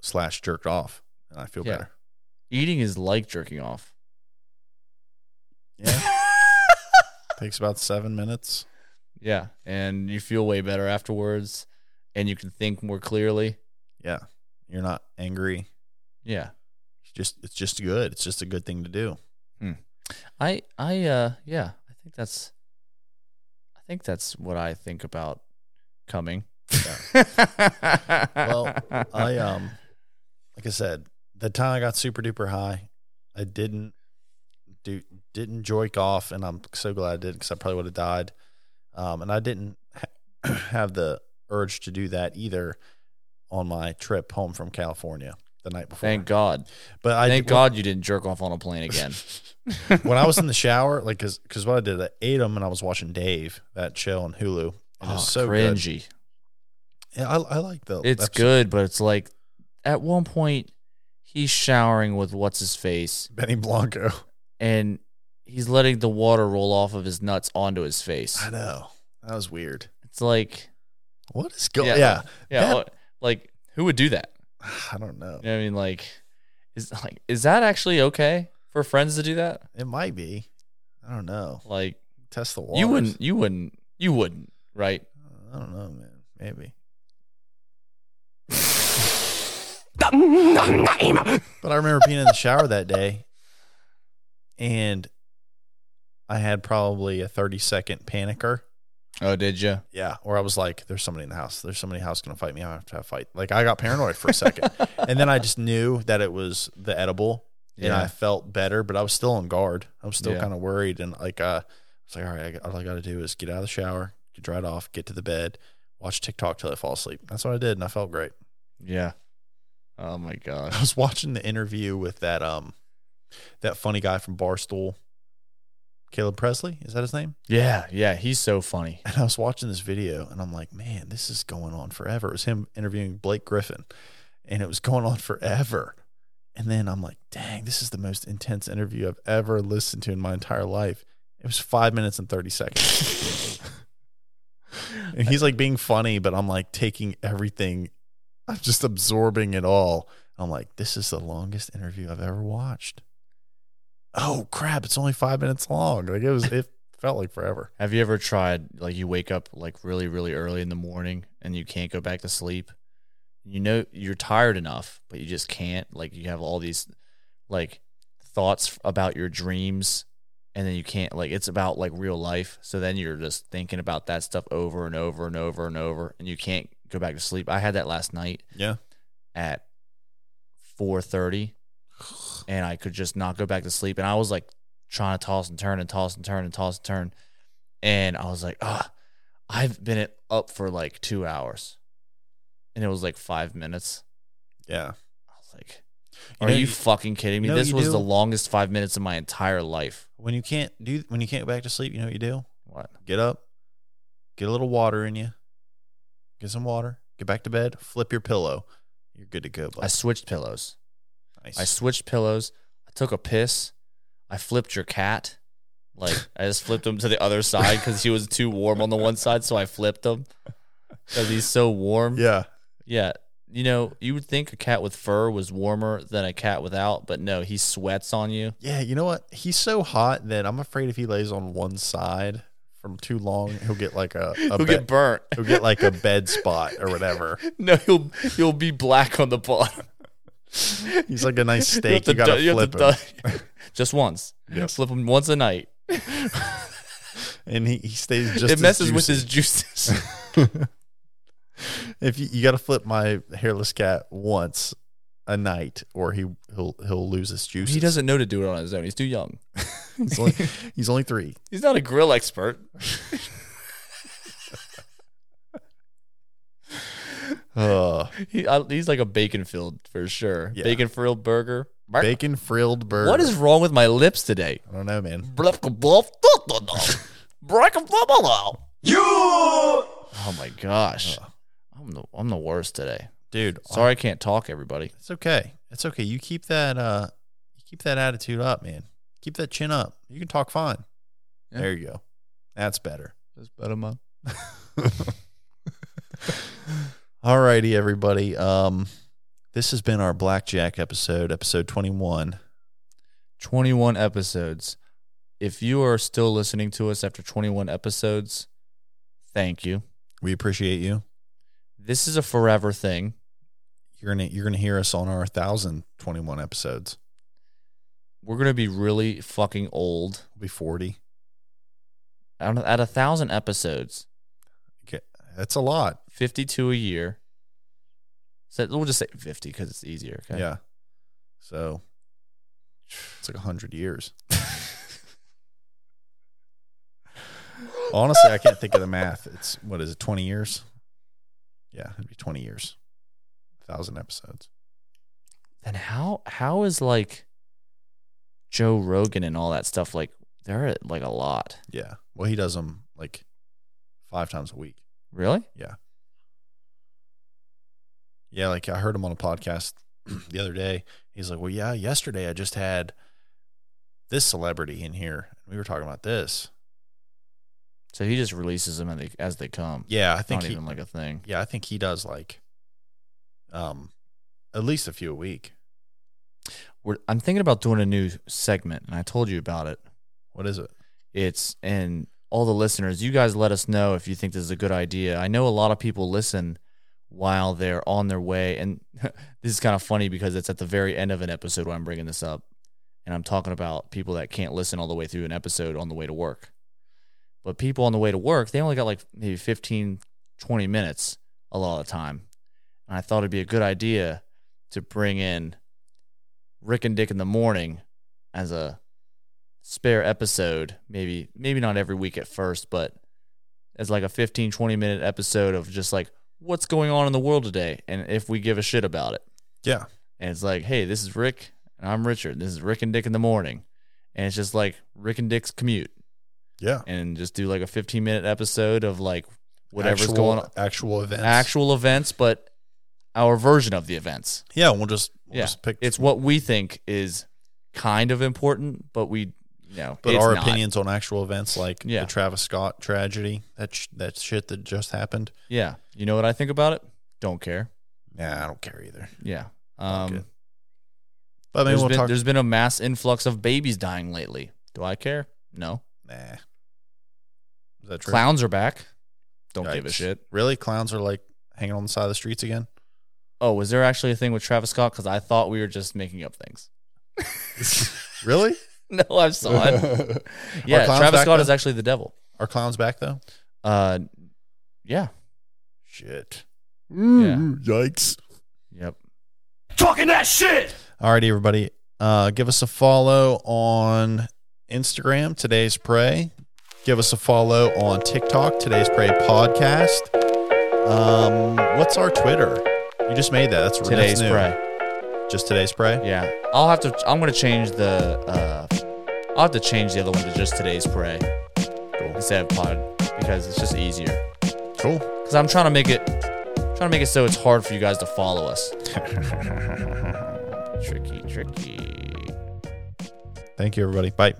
Speaker 1: slash jerked off and I feel
Speaker 2: Yeah.
Speaker 1: better.
Speaker 2: Eating is like jerking off.
Speaker 1: Yeah. Takes about seven minutes.
Speaker 2: Yeah, and you feel way better afterwards, and you can think more clearly.
Speaker 1: Yeah. You're not angry.
Speaker 2: Yeah,
Speaker 1: It's just it's just good. It's just a good thing to do.
Speaker 2: I, I, uh, yeah, I think that's, I think that's what I think about coming.
Speaker 1: Well, I
Speaker 2: uh,
Speaker 1: um like I said, the time I got super duper high, I didn't do didn't joik off and I'm so glad I did because I probably would have died. Um and I didn't ha- have the urge to do that either on my trip home from California the night before.
Speaker 2: thank God,
Speaker 1: But I
Speaker 2: thank
Speaker 1: well,
Speaker 2: God you didn't jerk off on a plane again.
Speaker 1: when I was in the shower, like, cause, 'cause what I did, I ate them and I was watching Dave that show on Hulu. And it
Speaker 2: oh,
Speaker 1: was so good.
Speaker 2: cringy.
Speaker 1: Yeah, I, I like the.
Speaker 2: It's
Speaker 1: episode.
Speaker 2: good, but it's like at one point he's showering with what's his face
Speaker 1: Benny Blanco.
Speaker 2: and he's letting the water roll off of his nuts onto his face.
Speaker 1: I know that was weird.
Speaker 2: It's like
Speaker 1: What is going?
Speaker 2: Yeah.
Speaker 1: Yeah.
Speaker 2: yeah,
Speaker 1: That-
Speaker 2: what- like who would do that?
Speaker 1: I don't know.
Speaker 2: You know what I mean like is like is that actually okay for friends to do that?
Speaker 1: It might be. I don't know.
Speaker 2: Like
Speaker 1: Test the water.
Speaker 2: you wouldn't you wouldn't you wouldn't, right?
Speaker 1: I don't know, man. Maybe. but I remember being in the shower that day, and I had probably a thirty second panicker.
Speaker 2: Oh, did you?
Speaker 1: Yeah. Or I was like, there's somebody in the house. There's somebody in the house going to fight me. I have to have a fight. Like I got paranoid for a second. and then I just knew that it was the edible and I felt better, but I was still on guard. I was still
Speaker 2: Yeah.
Speaker 1: kind of worried. And like, uh, I was like, all right, I, all I got to do is get out of the shower, get dried off, get to the bed, watch TikTok till I fall asleep. That's what I did. And I felt great.
Speaker 2: Yeah. Oh my
Speaker 1: I
Speaker 2: gosh.
Speaker 1: was watching the interview with that, um, that funny guy from Barstool, Caleb Presley. Is that his name?
Speaker 2: Yeah, yeah, he's so funny.
Speaker 1: and I was watching this video and I'm like, man, this is going on forever. It was him interviewing Blake Griffin and it was going on forever. And then I'm like, dang, this is the most intense interview I've ever listened to in my entire life. It was five minutes and 30 seconds. and he's like being funny, but I'm like taking everything, I'm just absorbing it all. I'm like, this is the longest interview I've ever watched. Oh crap, it's only five minutes long. Like it was, it felt like forever.
Speaker 2: Have you ever tried like you wake up like really really early in the morning and you can't go back to sleep? You know you're tired enough, but you just can't. Like you have all these like thoughts about your dreams and then you can't like it's about like real life. So then you're just thinking about that stuff over and over and over and over and you can't go back to sleep. I had that last night
Speaker 1: Yeah.
Speaker 2: at 4:30 and I could just not go back to sleep and I was like trying to toss and turn and toss and turn and toss and turn and I was like ah I've been it up for like two hours, and it was like five minutes.
Speaker 1: Yeah.
Speaker 2: I was like,
Speaker 1: You
Speaker 2: "Are
Speaker 1: know
Speaker 2: you,
Speaker 1: you-
Speaker 2: fucking kidding me?
Speaker 1: you know
Speaker 2: this
Speaker 1: you
Speaker 2: was
Speaker 1: do?
Speaker 2: the longest five minutes of my entire life."
Speaker 1: When you can't do when you can't go back to sleep, you know what you do?
Speaker 2: What?
Speaker 1: Get up, get a little water in you, get some water, get back to bed, flip your pillow. You're good to go.
Speaker 2: I
Speaker 1: Bud.
Speaker 2: switched pillows.
Speaker 1: Nice.
Speaker 2: I switched pillows. I took a piss. I flipped your cat. Like I just flipped him to the other side because he was too warm on the one side, so I flipped him because he's so warm.
Speaker 1: yeah.
Speaker 2: Yeah. You know, you would think a cat with fur was warmer than a cat without, but no, he sweats on you.
Speaker 1: Yeah, you know what? He's so hot that I'm afraid if he lays on one side from too long, he'll get like a, a
Speaker 2: He'll
Speaker 1: bed-
Speaker 2: get burnt.
Speaker 1: he'll get like a bed spot or whatever.
Speaker 2: No, he'll he'll be black on the bottom.
Speaker 1: He's like a nice
Speaker 2: You'll have
Speaker 1: steak.
Speaker 2: to
Speaker 1: You gotta
Speaker 2: du- you'll have
Speaker 1: flip
Speaker 2: to
Speaker 1: him,
Speaker 2: du- Just once.
Speaker 1: Yes.
Speaker 2: Flip him once a night.
Speaker 1: and he, he stays just.
Speaker 2: it
Speaker 1: as
Speaker 2: messes with
Speaker 1: juicy.
Speaker 2: his juices.
Speaker 1: If you, you gotta flip my hairless cat once a night, or he he'll he'll lose his juices.
Speaker 2: he doesn't know to do it on his own. He's too young.
Speaker 1: He's only, he's only three.
Speaker 2: He's not a grill expert.
Speaker 1: Uh,
Speaker 2: He, I, he's like a bacon filled for sure.
Speaker 1: Yeah.
Speaker 2: Bacon filled burger.
Speaker 1: Uh, bacon frilled bird.
Speaker 2: What is wrong with my lips today?
Speaker 1: I don't know, man.
Speaker 2: Oh
Speaker 4: You.
Speaker 2: my gosh. I'm the I'm the worst today.
Speaker 1: Dude,
Speaker 2: Sorry I can't talk everybody.
Speaker 1: It's okay. It's okay. You keep that uh you keep that attitude up, man. Keep that chin up. You can talk fine.
Speaker 2: Yeah.
Speaker 1: There you go. That's better.
Speaker 2: That's better man.
Speaker 1: Alrighty, everybody. Um this has been our blackjack episode, episode 21.
Speaker 2: 21 episodes. If you are still listening to us after 21 episodes, thank you.
Speaker 1: We appreciate you.
Speaker 2: This is a forever thing.
Speaker 1: You're gonna you're gonna hear us on our thousand twenty one episodes.
Speaker 2: We're going to be really fucking old.
Speaker 1: We'll be forty.
Speaker 2: Out of- At a thousand episodes,
Speaker 1: Okay. That's a lot.
Speaker 2: 52 a year. So we'll just say 50 because it's easier. Okay.
Speaker 1: Yeah. So it's like a hundred years. Honestly, I can't think of the math. It's what is it, twenty years? Yeah, it'd be twenty years. thousand episodes.
Speaker 2: And how how is like Joe Rogan and all that stuff like they're at like a lot.
Speaker 1: Yeah. Well he does them like five times a week.
Speaker 2: Really?
Speaker 1: Yeah, like I heard him on a podcast the other day. He's like, Well, yeah, yesterday I just had this celebrity in here. We were talking about this.
Speaker 2: So he just releases them as they, as they come.
Speaker 1: Yeah, I
Speaker 2: It's not
Speaker 1: think he,
Speaker 2: even like a thing.
Speaker 1: yeah, I think he does like um at least a few a week.
Speaker 2: We're, I'm thinking about doing a new segment, and I told you about it.
Speaker 1: What is it?
Speaker 2: It's and all the listeners, you guys let us know if you think this is a good idea. I know a lot of people listen while they're on their way, and this is kind of funny because it's at the very end of an episode where I'm bringing this up, and I'm talking about people that can't listen all the way through an episode on the way to work. But people on the way to work, they only got like maybe 15, 20 minutes a lot of the time. And I thought it'd be a good idea to bring in Rick and Dick in the morning as a spare episode maybe maybe not every week at first but as like a 15 20 minute episode of just like what's going on in the world today and if we give a shit about it
Speaker 1: Yeah.
Speaker 2: and it's like hey this is rick and i'm richard this is rick and dick in the morning and it's just like rick and dick's commute
Speaker 1: Yeah.
Speaker 2: and just do like a 15 minute episode of like whatever's
Speaker 1: Actual-
Speaker 2: going on
Speaker 1: Actual events.
Speaker 2: actual events but our version of the events
Speaker 1: Yeah, we'll just we'll
Speaker 2: yeah,
Speaker 1: just pick
Speaker 2: it's what we think is kind of important, but we you know,
Speaker 1: but
Speaker 2: it's
Speaker 1: our
Speaker 2: not.
Speaker 1: opinions on actual events like
Speaker 2: Yeah.
Speaker 1: the Travis Scott tragedy, that sh- that shit that just happened.
Speaker 2: Yeah, you know what I think about it? Don't care.
Speaker 1: Nah, I don't care either.
Speaker 2: Yeah. Um,
Speaker 1: good. But maybe
Speaker 2: there's
Speaker 1: we'll
Speaker 2: been,
Speaker 1: talk.
Speaker 2: there's been a mass influx of babies dying lately. Do I care? No.
Speaker 1: Nah, is that true?
Speaker 2: Clowns are back. Don't give a
Speaker 1: Yikes.
Speaker 2: shit.
Speaker 1: Really, clowns are like hanging on the side of the streets again.
Speaker 2: Oh, was there actually a thing with Travis Scott? Because I thought we were just making up things.
Speaker 1: Really?
Speaker 2: no, I saw it. yeah,
Speaker 1: clowns
Speaker 2: Travis
Speaker 1: back
Speaker 2: Scott
Speaker 1: now?
Speaker 2: is actually the devil.
Speaker 1: Are clowns back though?
Speaker 2: Uh, yeah.
Speaker 1: Shit.
Speaker 2: Ooh,
Speaker 1: Yikes.
Speaker 2: Yep.
Speaker 4: Talking that shit.
Speaker 1: Alrighty, everybody. Uh, give us a follow on Instagram. Today's pray. Give us a follow on TikTok, Today's Prey Podcast. Um, what's our Twitter? You just made that. That's that's
Speaker 2: Today's
Speaker 1: new.
Speaker 2: pray.
Speaker 1: Just today's prey.
Speaker 2: Yeah, I'll have to. I'm gonna change the. uh I'll have to change the other one to just today's pray
Speaker 1: Cool.
Speaker 2: instead of pod because it's just easier.
Speaker 1: Cool.
Speaker 2: Because I'm trying to make it, trying to make it so it's hard for you guys to follow us. tricky, tricky.
Speaker 1: Thank you, everybody. Bye.